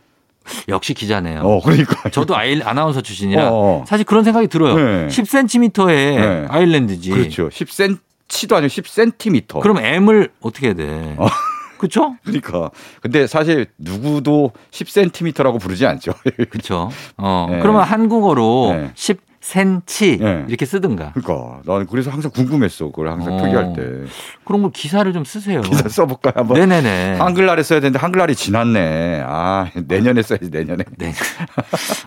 [SPEAKER 1] 역시 기자네요.
[SPEAKER 5] 어, 그러니까.
[SPEAKER 1] 저도 아일 아나운서 출신이라
[SPEAKER 5] 어, 어.
[SPEAKER 1] 사실 그런 생각이 들어요.
[SPEAKER 5] 네.
[SPEAKER 1] 10cm의
[SPEAKER 5] 네.
[SPEAKER 1] 아일랜드지.
[SPEAKER 5] 그렇죠. 10cm도 아니고 10cm.
[SPEAKER 1] 예. 그럼 M을 어떻게 해야 돼? 그렇죠?
[SPEAKER 5] 그러니까. 근데 사실 누구도 10cm라고 부르지 않죠.
[SPEAKER 1] 그렇죠. 어.
[SPEAKER 5] 네.
[SPEAKER 1] 그러면 한국어로
[SPEAKER 5] 네.
[SPEAKER 1] 10cm
[SPEAKER 5] 네.
[SPEAKER 1] 이렇게 쓰든가.
[SPEAKER 5] 그러니까 나는 그래서 항상 궁금했어. 그걸 항상
[SPEAKER 1] 어.
[SPEAKER 5] 표기할 때.
[SPEAKER 1] 그런 걸 기사를 좀 쓰세요.
[SPEAKER 5] 기사 써볼까요? 한번.
[SPEAKER 1] 네네네.
[SPEAKER 5] 한글날에 써야 되는데 한글날이 지났네. 아 내년에 써야지 내년에.
[SPEAKER 1] 네.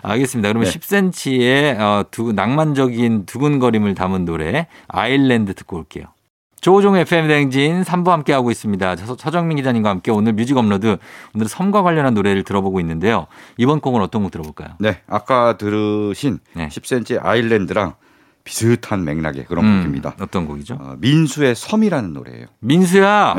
[SPEAKER 1] 알겠습니다. 그러면
[SPEAKER 5] 네.
[SPEAKER 1] 10cm의 어, 두, 낭만적인 두근거림을 담은 노래 아일랜드 듣고 올게요. 조종 FM 댕진 3부 함께하고 있습니다. 서- 서정민 기자님과 함께 오늘 뮤직 업로드 오늘 섬과 관련한 노래를 들어보고 있는데요. 이번 곡은 어떤 곡 들어볼까요?
[SPEAKER 5] 네 아까 들으신
[SPEAKER 1] 네.
[SPEAKER 5] 10cm 아일랜드랑 비슷한 맥락의 그런
[SPEAKER 1] 음,
[SPEAKER 5] 곡입니다.
[SPEAKER 1] 어떤 곡이죠?
[SPEAKER 5] 어, 민수의 섬이라는 노래예요.
[SPEAKER 1] 민수야.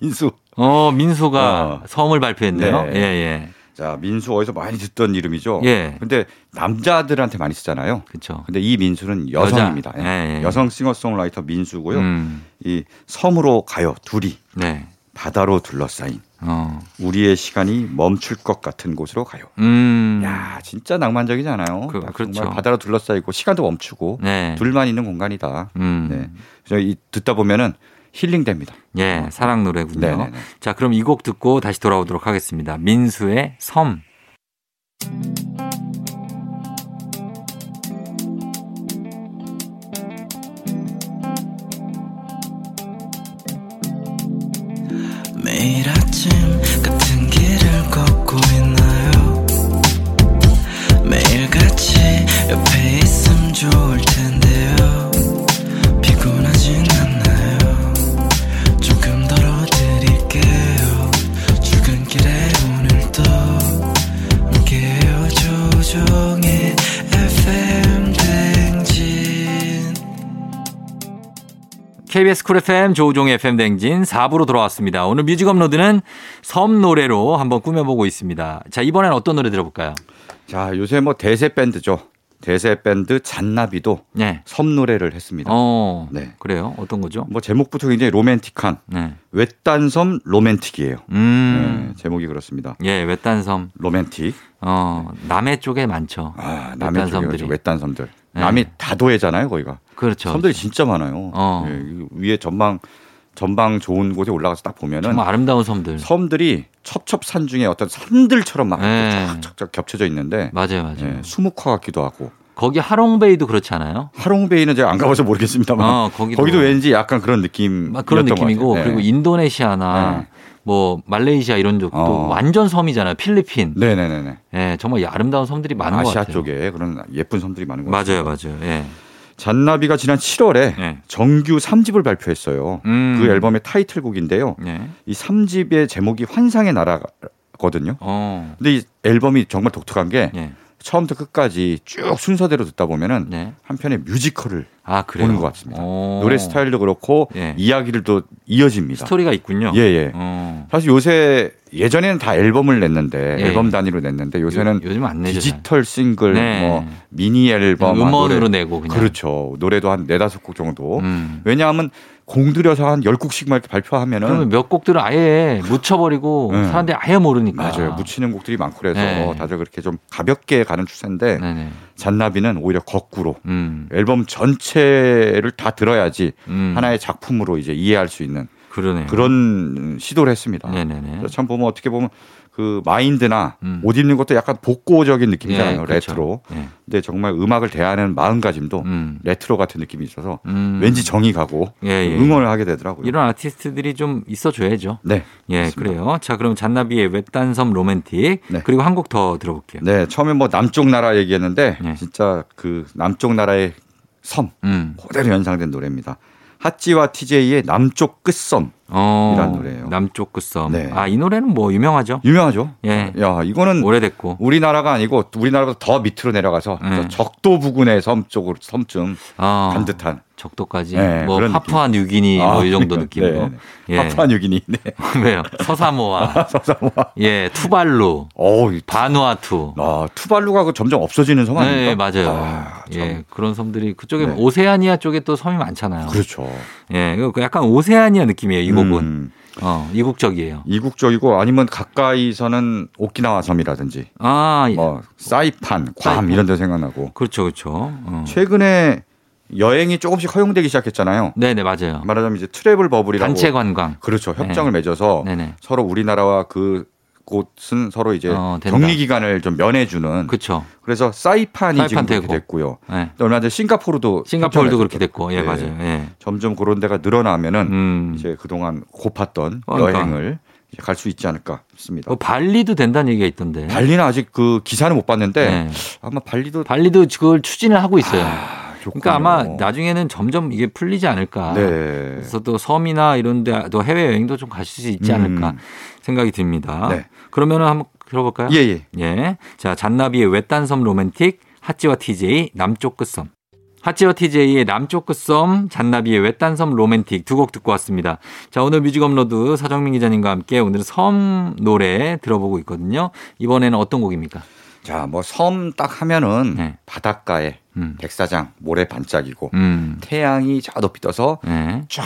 [SPEAKER 5] 민수.
[SPEAKER 1] 어, 민수가
[SPEAKER 5] 어.
[SPEAKER 1] 섬을 발표했네요.
[SPEAKER 5] 네.
[SPEAKER 1] 예, 예.
[SPEAKER 5] 자 민수 어디서 많이 듣던 이름이죠.
[SPEAKER 1] 예.
[SPEAKER 5] 근데 남자들한테 많이 쓰잖아요.
[SPEAKER 1] 그렇죠.
[SPEAKER 5] 근데 이 민수는 여성입니다.
[SPEAKER 1] 여자.
[SPEAKER 5] 예.
[SPEAKER 1] 예, 예.
[SPEAKER 5] 여성 싱어송라이터 민수고요.
[SPEAKER 1] 음.
[SPEAKER 5] 이 섬으로 가요 둘이
[SPEAKER 1] 네.
[SPEAKER 5] 바다로 둘러싸인
[SPEAKER 1] 어.
[SPEAKER 5] 우리의 시간이 멈출 것 같은 곳으로 가요.
[SPEAKER 1] 음.
[SPEAKER 5] 야 진짜 낭만적이잖아요.
[SPEAKER 1] 그-
[SPEAKER 5] 딱
[SPEAKER 1] 그렇죠.
[SPEAKER 5] 정말 바다로 둘러싸이고 시간도 멈추고
[SPEAKER 1] 네.
[SPEAKER 5] 둘만 있는 공간이다.
[SPEAKER 1] 음.
[SPEAKER 5] 네. 그래서 이 듣다 보면은 힐링됩니다.
[SPEAKER 1] 예, 사랑 노래군요.
[SPEAKER 5] 네네네.
[SPEAKER 1] 자, 그럼 이 곡 듣고 다시 돌아오도록 하겠습니다. 민수의 섬.
[SPEAKER 4] 매일 아침 같은 길을 걷고 있나요 매일 같이 옆에 있음 좋을 텐데요 피곤하진 않나요 조금 덜어드릴게요 출근길에 오늘도 함께해요 조종의 FM 댕진
[SPEAKER 1] KBS 쿨 FM 조우종의 FM 댕진 4부로 돌아왔습니다. 오늘 뮤직 업로드는 섬 노래로 한번 꾸며보고 있습니다. 자, 이번엔 어떤 노래 들어볼까요?
[SPEAKER 5] 자 요새 뭐 대세 밴드죠. 대세 밴드 잔나비도
[SPEAKER 1] 예.
[SPEAKER 5] 섬 노래를 했습니다.
[SPEAKER 1] 어,
[SPEAKER 5] 네.
[SPEAKER 1] 그래요? 어떤 거죠?
[SPEAKER 5] 뭐 제목부터 굉장히 로맨틱한
[SPEAKER 1] 네.
[SPEAKER 5] 외딴섬 로맨틱이에요.
[SPEAKER 1] 음.
[SPEAKER 5] 네, 제목이 그렇습니다.
[SPEAKER 1] 예, 외딴 섬.
[SPEAKER 5] 로맨틱.
[SPEAKER 1] 어, 남해 쪽에 많죠.
[SPEAKER 5] 아,
[SPEAKER 1] 외딴
[SPEAKER 5] 남의
[SPEAKER 1] 섬들이.
[SPEAKER 5] 섬들이 외딴 섬들.
[SPEAKER 1] 네.
[SPEAKER 5] 남이 다도해잖아요, 거기가.
[SPEAKER 1] 그렇죠.
[SPEAKER 5] 섬들이 진짜 많아요.
[SPEAKER 1] 어.
[SPEAKER 5] 예, 이 위에 전망 전방 좋은 곳에 올라가서 딱 보면은
[SPEAKER 1] 정말 아름다운 섬들.
[SPEAKER 5] 섬들이 첩첩산 중에 어떤 산들처럼 막
[SPEAKER 1] 음. 네.
[SPEAKER 5] 쫙쫙쫙 겹쳐져 있는데
[SPEAKER 1] 맞아요, 맞아요.
[SPEAKER 5] 예, 수묵화 같기도 하고
[SPEAKER 1] 거기 하롱베이도 그렇지 않아요?
[SPEAKER 5] 하롱베이는 제가 안 가봐서 모르겠습니다만
[SPEAKER 1] 어, 거기도.
[SPEAKER 5] 거기도, 왠지 약간 그런 느낌
[SPEAKER 1] 막 그런 느낌이고 그리고 인도네시아나
[SPEAKER 5] 네.
[SPEAKER 1] 뭐 말레이시아 이런 쪽도
[SPEAKER 5] 어.
[SPEAKER 1] 완전 섬이잖아요. 필리핀.
[SPEAKER 5] 네네네네
[SPEAKER 1] 예, 정말 아름다운 섬들이 많은 것
[SPEAKER 5] 아시아
[SPEAKER 1] 같아요.
[SPEAKER 5] 쪽에 그런 예쁜 섬들이 많은 것
[SPEAKER 1] 맞아요,
[SPEAKER 5] 같아요.
[SPEAKER 1] 맞아요. 예.
[SPEAKER 5] 잔나비가 지난 7월에
[SPEAKER 1] 네.
[SPEAKER 5] 정규 3집을 발표했어요.
[SPEAKER 1] 음.
[SPEAKER 5] 그 앨범의 타이틀곡인데요.
[SPEAKER 1] 네.
[SPEAKER 5] 이 3집의 제목이 환상의 나라거든요.
[SPEAKER 1] 어.
[SPEAKER 5] 근데 이 앨범이 정말 독특한 게
[SPEAKER 1] 예.
[SPEAKER 5] 처음부터 끝까지 쭉 순서대로 듣다 보면은
[SPEAKER 1] 네.
[SPEAKER 5] 한 편의 뮤지컬을
[SPEAKER 1] 아, 그래요.
[SPEAKER 5] 보는 것 같습니다.
[SPEAKER 1] 어.
[SPEAKER 5] 노래 스타일도 그렇고
[SPEAKER 1] 예.
[SPEAKER 5] 이야기를 또 이어집니다.
[SPEAKER 1] 스토리가 있군요.
[SPEAKER 5] 예, 예.
[SPEAKER 1] 어.
[SPEAKER 5] 사실 요새 예전에는 다 앨범을 냈는데
[SPEAKER 1] 예,
[SPEAKER 5] 앨범
[SPEAKER 1] 예.
[SPEAKER 5] 단위로 냈는데 요새는
[SPEAKER 1] 요, 요즘 안 내죠. 잘.
[SPEAKER 5] 디지털 싱글,
[SPEAKER 1] 네.
[SPEAKER 5] 뭐 미니 앨범,
[SPEAKER 1] 음원으로
[SPEAKER 5] 노래.
[SPEAKER 1] 내고 그냥.
[SPEAKER 5] 그렇죠. 노래도 한 네다섯 곡 정도.
[SPEAKER 1] 음.
[SPEAKER 5] 왜냐하면 공들여서 한 열 곡씩만 발표하면은
[SPEAKER 1] 그러면 몇 곡들은 아예 묻혀버리고
[SPEAKER 5] 네.
[SPEAKER 1] 사람들이 아예 모르니까.
[SPEAKER 5] 맞아요. 묻히는 곡들이 많고 그래서
[SPEAKER 1] 네.
[SPEAKER 5] 다들 그렇게 좀 가볍게 가는 추세인데
[SPEAKER 1] 네네.
[SPEAKER 5] 잔나비는 오히려 거꾸로
[SPEAKER 1] 음.
[SPEAKER 5] 앨범 전체를 다 들어야지
[SPEAKER 1] 음.
[SPEAKER 5] 하나의 작품으로 이제 이해할 수 있는
[SPEAKER 1] 그러네요.
[SPEAKER 5] 그런 그렇죠. 시도를 했습니다.
[SPEAKER 1] 네네네.
[SPEAKER 5] 그래서 참 보면 어떻게 보면 그 마인드나
[SPEAKER 1] 음.
[SPEAKER 5] 옷 입는 것도 약간 복고적인
[SPEAKER 1] 예,
[SPEAKER 5] 느낌이잖아요.
[SPEAKER 1] 그렇죠.
[SPEAKER 5] 레트로.
[SPEAKER 1] 예.
[SPEAKER 5] 근데 정말 음악을 대하는 마음가짐도
[SPEAKER 1] 음.
[SPEAKER 5] 레트로 같은 느낌이 있어서
[SPEAKER 1] 음.
[SPEAKER 5] 왠지 정이 가고
[SPEAKER 1] 예, 예.
[SPEAKER 5] 응원을 하게 되더라고요.
[SPEAKER 1] 이런 아티스트들이 좀 있어줘야죠.
[SPEAKER 5] 네.
[SPEAKER 1] 예,
[SPEAKER 5] 그렇습니다.
[SPEAKER 1] 그래요. 자, 그럼 잔나비의 외딴섬 로맨틱
[SPEAKER 5] 네.
[SPEAKER 1] 그리고 한 곡 더 들어볼게요.
[SPEAKER 5] 네, 처음에 뭐 남쪽 나라 얘기했는데
[SPEAKER 1] 네.
[SPEAKER 5] 진짜 그 남쪽 나라의 섬
[SPEAKER 1] 음.
[SPEAKER 5] 그대로 연상된 노래입니다. 핫지와 TJ의 남쪽 끝섬
[SPEAKER 1] 어,
[SPEAKER 5] 이란 노래예요.
[SPEAKER 1] 남쪽 끝섬.
[SPEAKER 5] 네.
[SPEAKER 1] 아, 이 노래는 뭐 유명하죠.
[SPEAKER 5] 유명하죠?
[SPEAKER 1] 예.
[SPEAKER 5] 야, 이거는
[SPEAKER 1] 오래됐고.
[SPEAKER 5] 우리나라가 아니고 우리나라보다 더 밑으로 내려가서
[SPEAKER 1] 네.
[SPEAKER 5] 저 적도 부근의 섬 쪽으로 섬쯤
[SPEAKER 1] 아,
[SPEAKER 5] 간 듯한
[SPEAKER 1] 적도까지.
[SPEAKER 5] 네,
[SPEAKER 1] 뭐
[SPEAKER 5] 그런
[SPEAKER 1] 파푸아 뉴기니 뭐 이 정도
[SPEAKER 5] 그러니까.
[SPEAKER 1] 느낌으로.
[SPEAKER 5] 네,
[SPEAKER 1] 예.
[SPEAKER 5] 네. 파푸아 뉴기니. 네.
[SPEAKER 1] 왜요? 서사모아.
[SPEAKER 5] 서사모아.
[SPEAKER 1] 예, 투발루,
[SPEAKER 5] 어우, 이 바-
[SPEAKER 1] 바누아투.
[SPEAKER 5] 아, 투발루가 그 점점 없어지는 섬 아닙니까?
[SPEAKER 1] 네, 맞아요.
[SPEAKER 5] 아, 참.
[SPEAKER 1] 예, 그런 섬들이 그쪽에
[SPEAKER 5] 네.
[SPEAKER 1] 오세아니아 쪽에 또 섬이 많잖아요.
[SPEAKER 5] 그렇죠.
[SPEAKER 1] 예, 그 약간 오세아니아 느낌이에요. 이 곡은
[SPEAKER 5] 음,
[SPEAKER 1] 어, 이국적이에요.
[SPEAKER 5] 이국적이고 아니면 가까이서는 오키나와 섬이라든지
[SPEAKER 1] 아, 예.
[SPEAKER 5] 뭐 사이판, 괌
[SPEAKER 1] 사이판.
[SPEAKER 5] 이런 데 생각나고
[SPEAKER 1] 그렇죠, 그렇죠. 어.
[SPEAKER 5] 최근에 여행이 조금씩 허용되기 시작했잖아요.
[SPEAKER 1] 네, 네, 맞아요.
[SPEAKER 5] 말하자면 이제 트래블 버블이라고
[SPEAKER 1] 단체 관광.
[SPEAKER 5] 그렇죠.
[SPEAKER 1] 네.
[SPEAKER 5] 협정을 맺어서
[SPEAKER 1] 네, 네.
[SPEAKER 5] 서로 우리나라와 그 곳은 서로 이제
[SPEAKER 1] 어, 된다.
[SPEAKER 5] 격리 기간을 좀 면해 주는
[SPEAKER 1] 그렇죠.
[SPEAKER 5] 그래서 사이판이
[SPEAKER 1] 사이판
[SPEAKER 5] 지금 그렇게
[SPEAKER 1] 되고.
[SPEAKER 5] 됐고요.
[SPEAKER 1] 예.
[SPEAKER 5] 또 얼마 전에 싱가포르도
[SPEAKER 1] 싱가포르도
[SPEAKER 5] 협정을
[SPEAKER 1] 그렇게
[SPEAKER 5] 맺었고.
[SPEAKER 1] 됐고. 예,
[SPEAKER 5] 네.
[SPEAKER 1] 맞아요. 예.
[SPEAKER 5] 점점 그런 데가 늘어나면은
[SPEAKER 1] 음.
[SPEAKER 5] 이제 그동안 고팠던
[SPEAKER 1] 그러니까.
[SPEAKER 5] 여행을 갈 수 있지 않을까 싶습니다.
[SPEAKER 1] 어, 네. 발리도 된다는 얘기가 있던데.
[SPEAKER 5] 발리는 아직 그 기사는 못 봤는데
[SPEAKER 1] 예.
[SPEAKER 5] 아마 발리도
[SPEAKER 1] 발리도 그걸 추진을 하고 있어요.
[SPEAKER 5] 좋군요.
[SPEAKER 1] 그러니까 아마 나중에는 점점 이게 풀리지 않을까.
[SPEAKER 5] 네.
[SPEAKER 1] 그래서 또 섬이나 이런 데또 해외 여행도 좀 가실 수 있지 않을까
[SPEAKER 5] 음.
[SPEAKER 1] 생각이 듭니다.
[SPEAKER 5] 네.
[SPEAKER 1] 그러면은 한번 들어볼까요?
[SPEAKER 5] 예, 예.
[SPEAKER 1] 예. 자, 잔나비의 외딴섬 로맨틱, 핫지와 TJ, 남쪽 끝섬. 핫지와 TJ의 남쪽 끝섬, 잔나비의 외딴섬 로맨틱 두 곡 듣고 왔습니다. 자, 오늘 뮤직 업로드 서정민 기자님과 함께 오늘은 섬 노래 들어보고 있거든요. 이번에는 어떤 곡입니까?
[SPEAKER 5] 자, 뭐 섬 딱 하면은
[SPEAKER 1] 네.
[SPEAKER 5] 바닷가에
[SPEAKER 1] 음.
[SPEAKER 5] 백사장 모래 반짝이고
[SPEAKER 1] 음.
[SPEAKER 5] 태양이 저 높이 떠서
[SPEAKER 1] 예.
[SPEAKER 5] 쫙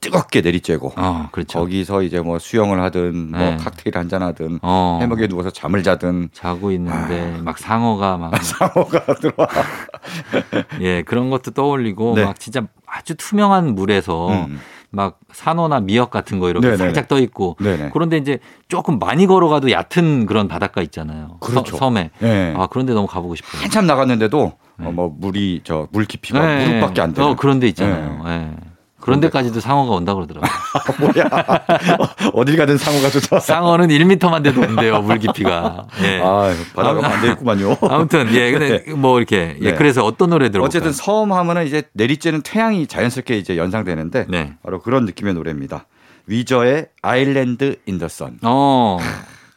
[SPEAKER 5] 뜨겁게 내리쬐고
[SPEAKER 1] 어, 그렇죠.
[SPEAKER 5] 거기서 이제 뭐 수영을 하든 뭐
[SPEAKER 1] 네.
[SPEAKER 5] 칵테일 한잔 하든
[SPEAKER 1] 어.
[SPEAKER 5] 해먹에 누워서 잠을 자든
[SPEAKER 1] 자고 있는데 막 상어가 막
[SPEAKER 5] 아. 상어가 들어와.
[SPEAKER 1] 예, 그런 것도 떠올리고
[SPEAKER 5] 네.
[SPEAKER 1] 막 진짜 아주 투명한 물에서
[SPEAKER 5] 음.
[SPEAKER 1] 막 산호나 미역 같은 거 이렇게
[SPEAKER 5] 네네네.
[SPEAKER 1] 살짝 떠 있고
[SPEAKER 5] 네네.
[SPEAKER 1] 그런데 이제 조금 많이 걸어가도 얕은 그런 바닷가 있잖아요.
[SPEAKER 5] 그렇죠.
[SPEAKER 1] 섬, 에
[SPEAKER 5] 네.
[SPEAKER 1] 아, 그런데 너무 가보고 싶어요.
[SPEAKER 5] 한참 나갔는데도 어, 뭐 물이 저 물 깊이가
[SPEAKER 1] 네.
[SPEAKER 5] 무릎밖에 안 네. 돼요.
[SPEAKER 1] 어, 그런 데 있잖아요. 예. 그런 데까지도 상어가 온다 그러더라고요.
[SPEAKER 5] 어딜 가든 상어가 쫓아.
[SPEAKER 1] 상어는 1m만 돼도 온대요, 물 깊이가. 예.
[SPEAKER 5] 아 바다가 반대했구만요.
[SPEAKER 1] 아무튼, 예, 근데 뭐 이렇게. 예,
[SPEAKER 5] 네.
[SPEAKER 1] 그래서 어떤 노래 들어볼까요?
[SPEAKER 5] 어쨌든 섬 하면은 이제 내리쬐는 태양이 자연스럽게 이제 연상되는데
[SPEAKER 1] 네.
[SPEAKER 5] 바로 그런 느낌의 노래입니다. 위저의 아일랜드 인더선.
[SPEAKER 1] 어.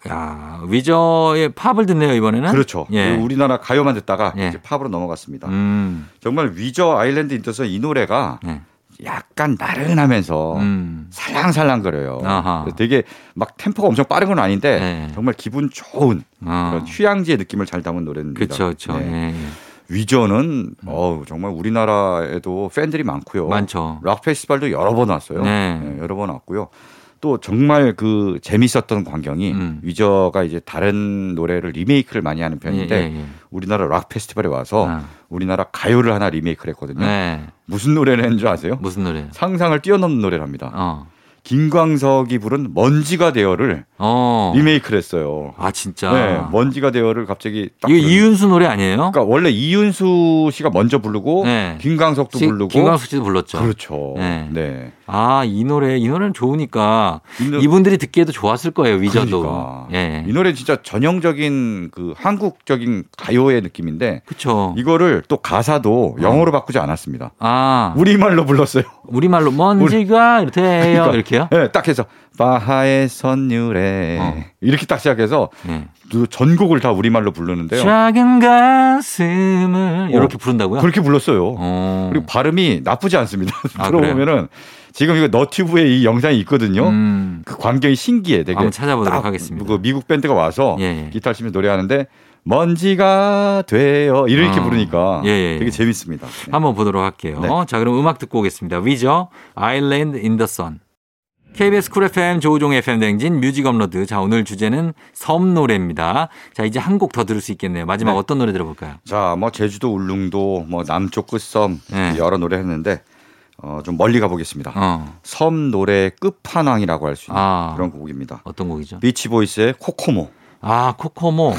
[SPEAKER 1] 야, 위저의 팝을 듣네요, 이번에는.
[SPEAKER 5] 그렇죠.
[SPEAKER 1] 예.
[SPEAKER 5] 그 우리나라 가요만 듣다가
[SPEAKER 1] 예.
[SPEAKER 5] 이제 팝으로 넘어갔습니다.
[SPEAKER 1] 음.
[SPEAKER 5] 정말 위저 아일랜드 인더선 이 노래가
[SPEAKER 1] 네.
[SPEAKER 5] 약간 나른하면서
[SPEAKER 1] 음.
[SPEAKER 5] 살랑살랑거려요.
[SPEAKER 1] 아하.
[SPEAKER 5] 그래서 되게 막 템포가 엄청 빠른 건 아닌데
[SPEAKER 1] 네.
[SPEAKER 5] 정말 기분 좋은
[SPEAKER 1] 어.
[SPEAKER 5] 그런 휴양지의 느낌을 잘 담은 노래입니다.
[SPEAKER 1] 그렇죠, 그렇죠. 예.
[SPEAKER 5] 네. 위저는 어우, 정말 우리나라에도 팬들이 많고요.
[SPEAKER 1] 많죠.
[SPEAKER 5] 락 페스티벌도 여러 번 왔어요.
[SPEAKER 1] 네.
[SPEAKER 5] 예, 여러 번 왔고요. 또 정말 그 재밌었던 광경이
[SPEAKER 1] 음.
[SPEAKER 5] 위저가 이제 다른 노래를 리메이크를 많이 하는 편인데 어,
[SPEAKER 1] 예, 예, 예.
[SPEAKER 5] 우리나라 락 페스티벌에 와서
[SPEAKER 1] 아.
[SPEAKER 5] 우리나라 가요를 하나 리메이크를 했거든요.
[SPEAKER 1] 네. 뭐.
[SPEAKER 5] 무슨 노래를 했는 줄 아세요?
[SPEAKER 1] 무슨 노래요?
[SPEAKER 5] 상상을 뛰어넘는 노래를 합니다.
[SPEAKER 1] 어.
[SPEAKER 5] 김광석이 부른 먼지가 되어를
[SPEAKER 1] 어.
[SPEAKER 5] 리메이크를 했어요.
[SPEAKER 1] 아, 진짜.
[SPEAKER 5] 네, 먼지가 되어를 갑자기 딱
[SPEAKER 1] 이거
[SPEAKER 5] 부르는-
[SPEAKER 1] 이윤수 노래 아니에요?
[SPEAKER 5] 그러니까 원래 이윤수 씨가 먼저 부르고
[SPEAKER 1] 네.
[SPEAKER 5] 김광석도
[SPEAKER 1] 시-
[SPEAKER 5] 부르고
[SPEAKER 1] 김광수 씨도 불렀죠.
[SPEAKER 5] 그렇죠.
[SPEAKER 1] 네.
[SPEAKER 5] 네.
[SPEAKER 1] 아, 이 노래, 이 노래는 좋으니까
[SPEAKER 5] 이 노-
[SPEAKER 1] 이분들이 듣기에도 좋았을 거예요, 위저도.
[SPEAKER 5] 그러니까.
[SPEAKER 1] 예.
[SPEAKER 5] 이 노래 진짜 전형적인 그 한국적인 가요의 느낌인데
[SPEAKER 1] 그쵸.
[SPEAKER 5] 이거를 또 가사도 영어로 바꾸지 않았습니다.
[SPEAKER 1] 아,
[SPEAKER 5] 우리말로 불렀어요.
[SPEAKER 1] 우리말로 먼지가 이렇게 해요.
[SPEAKER 5] 그러니까.
[SPEAKER 1] 이렇게요?
[SPEAKER 5] 예, 딱 해서 바하의 선율에
[SPEAKER 1] 어.
[SPEAKER 5] 이렇게 딱 시작해서
[SPEAKER 1] 예.
[SPEAKER 5] 그 전곡을 다 우리말로 부르는데요. 어.
[SPEAKER 1] 작은 가슴을 이렇게 부른다고요?
[SPEAKER 5] 그렇게 불렀어요.
[SPEAKER 1] 어.
[SPEAKER 5] 그리고 발음이 나쁘지 않습니다.
[SPEAKER 1] 아,
[SPEAKER 5] 들어보면은 지금 이거 너튜브에 이 영상이 있거든요.
[SPEAKER 1] 음.
[SPEAKER 5] 그 광경이 신기해. 되게
[SPEAKER 1] 한번 찾아보도록
[SPEAKER 5] 딱
[SPEAKER 1] 하겠습니다.
[SPEAKER 5] 그 미국 밴드가 와서
[SPEAKER 1] 예, 예.
[SPEAKER 5] 기타 치면서 노래하는데 먼지가 돼요 이렇게
[SPEAKER 1] 아.
[SPEAKER 5] 부르니까
[SPEAKER 1] 예, 예, 예.
[SPEAKER 5] 되게 재밌습니다. 네.
[SPEAKER 1] 한번 보도록 할게요.
[SPEAKER 5] 네.
[SPEAKER 1] 자, 그럼 음악 듣고 오겠습니다. 위저, Island in the Sun. KBS 쿨 FM 조우종 FM 댕진 뮤직 업로드. 자, 오늘 주제는 섬 노래입니다. 자, 이제 한 곡 더 들을 수 있겠네요. 마지막
[SPEAKER 5] 네.
[SPEAKER 1] 어떤 노래 들어볼까요?
[SPEAKER 5] 자, 뭐 제주도 울릉도 뭐 남쪽 끝섬
[SPEAKER 1] 예.
[SPEAKER 5] 여러 노래 했는데 어, 좀 멀리 가보겠습니다.
[SPEAKER 1] 어,
[SPEAKER 5] 섬 노래 끝판왕이라고 할 수 있는
[SPEAKER 1] 아.
[SPEAKER 5] 아, 그런 곡입니다.
[SPEAKER 1] 어떤 곡이죠?
[SPEAKER 5] 비치보이스의 코코모.
[SPEAKER 1] 아, 코코모.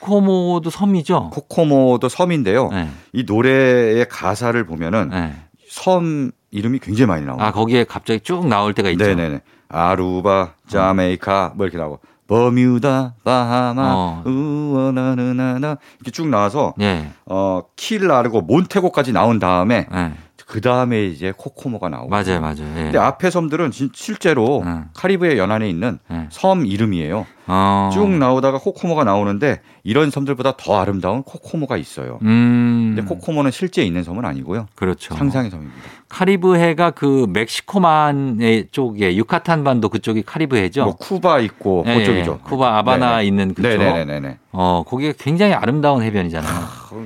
[SPEAKER 1] 코코모도 섬이죠?
[SPEAKER 5] 코코모도 섬인데요.
[SPEAKER 1] 네.
[SPEAKER 5] 이 노래의 가사를 보면은
[SPEAKER 1] 네.
[SPEAKER 5] 섬 이름이 굉장히 많이 나옵니다.
[SPEAKER 1] 아, 거기에 갑자기 쭉 나올 때가 있죠.
[SPEAKER 5] 음. 네네네. 아루바, 자메이카 뭐 이렇게 나오고 버뮤다, 바하마,
[SPEAKER 1] 어.
[SPEAKER 5] 우어나누나나 이렇게 쭉 나와서
[SPEAKER 1] 예.
[SPEAKER 5] 어 키르라르고 몬테고까지 나온 다음에
[SPEAKER 1] 예.
[SPEAKER 5] 그 다음에 이제 코코모가 나오고.
[SPEAKER 1] 맞아요, 맞아요. 예.
[SPEAKER 5] 근데 앞에 섬들은 진- 실제로
[SPEAKER 1] 음.
[SPEAKER 5] 카리브해 연안에 있는
[SPEAKER 1] 예.
[SPEAKER 5] 섬 이름이에요.
[SPEAKER 1] 어.
[SPEAKER 5] 쭉 나오다가 코코모가 나오는데 이런 섬들보다 더 아름다운 코코모가 있어요.
[SPEAKER 1] 음.
[SPEAKER 5] 근데 코코모는 실제 있는 섬은 아니고요.
[SPEAKER 1] 그렇죠.
[SPEAKER 5] 상상의 섬입니다.
[SPEAKER 1] 카리브해가 그 멕시코만의 쪽에 유카탄 반도 그쪽이 카리브해죠.
[SPEAKER 5] 뭐 쿠바 있고
[SPEAKER 1] 예, 예.
[SPEAKER 5] 그쪽이죠.
[SPEAKER 1] 쿠바 아바나 있는 그쪽.
[SPEAKER 5] 네네네네.
[SPEAKER 1] 어, 거기가 굉장히 아름다운 해변이잖아요.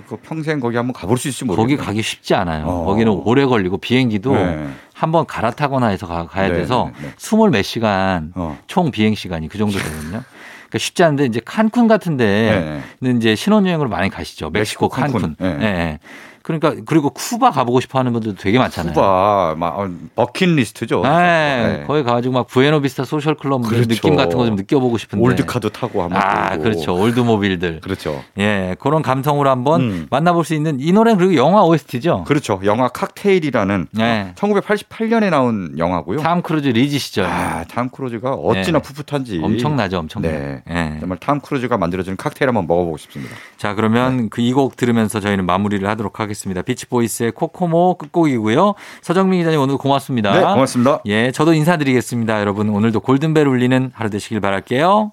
[SPEAKER 5] 그 평생 거기 한번 가볼 수 있을지
[SPEAKER 1] 거기
[SPEAKER 5] 모르겠어요.
[SPEAKER 1] 가기 쉽지 않아요.
[SPEAKER 5] 어.
[SPEAKER 1] 거기는 오래 걸리고 비행기도
[SPEAKER 5] 네.
[SPEAKER 1] 한번 갈아타거나 해서 가, 야
[SPEAKER 5] 네,
[SPEAKER 1] 돼서
[SPEAKER 5] 네, 네.
[SPEAKER 1] 스물 몇 시간
[SPEAKER 5] 어.
[SPEAKER 1] 총 비행 시간이 그 정도 되거든요. 그러니까 쉽지 않은데 이제 칸쿤 같은데
[SPEAKER 5] 네.
[SPEAKER 1] 는 이제 신혼여행으로 많이 가시죠. 멕시코,
[SPEAKER 5] 멕시코,
[SPEAKER 1] 칸쿤.
[SPEAKER 5] 칸쿤. 네.
[SPEAKER 1] 예, 예. 그러니까 그리고 쿠바 가보고 싶어 하는 분들도 되게 많잖아요.
[SPEAKER 5] 쿠바 막 어, 버킷리스트죠.
[SPEAKER 1] 네,
[SPEAKER 5] 네.
[SPEAKER 1] 거기 가가지고 막 부에노비스타 소셜클럽 뭐
[SPEAKER 5] 그렇죠.
[SPEAKER 1] 느낌 같은 거 좀 느껴보고 싶은데.
[SPEAKER 5] 올드카도 타고 한번
[SPEAKER 1] 아,
[SPEAKER 5] 고
[SPEAKER 1] 그렇죠. 올드모빌들.
[SPEAKER 5] 그렇죠.
[SPEAKER 1] 예, 그런 감성으로 한번
[SPEAKER 5] 음.
[SPEAKER 1] 만나볼 수 있는 이 노래는 그리고 영화 OST죠.
[SPEAKER 5] 그렇죠. 영화 칵테일이라는
[SPEAKER 1] 네.
[SPEAKER 5] 1988년에 나온 영화고요.
[SPEAKER 1] 탐 크루즈 리지 시절.
[SPEAKER 5] 아, 탐 크루즈가 어찌나
[SPEAKER 1] 네.
[SPEAKER 5] 풋풋한지.
[SPEAKER 1] 엄청나죠, 엄청나요.
[SPEAKER 5] 네.
[SPEAKER 1] 예.
[SPEAKER 5] 정말 탐 크루즈가 만들어주는 칵테일 한번 먹어보고 싶습니다.
[SPEAKER 1] 자, 그러면
[SPEAKER 5] 네.
[SPEAKER 1] 그 이 곡 들으면서 저희는 마무리를 하도록 하겠습니다. 비치보이스의 코코모 끝곡이고요. 서정민 기자님 오늘 고맙습니다.
[SPEAKER 5] 네, 고맙습니다.
[SPEAKER 1] 예, 저도 인사드리겠습니다. 여러분, 오늘도 골든벨 울리는 하루 되시길 바랄게요.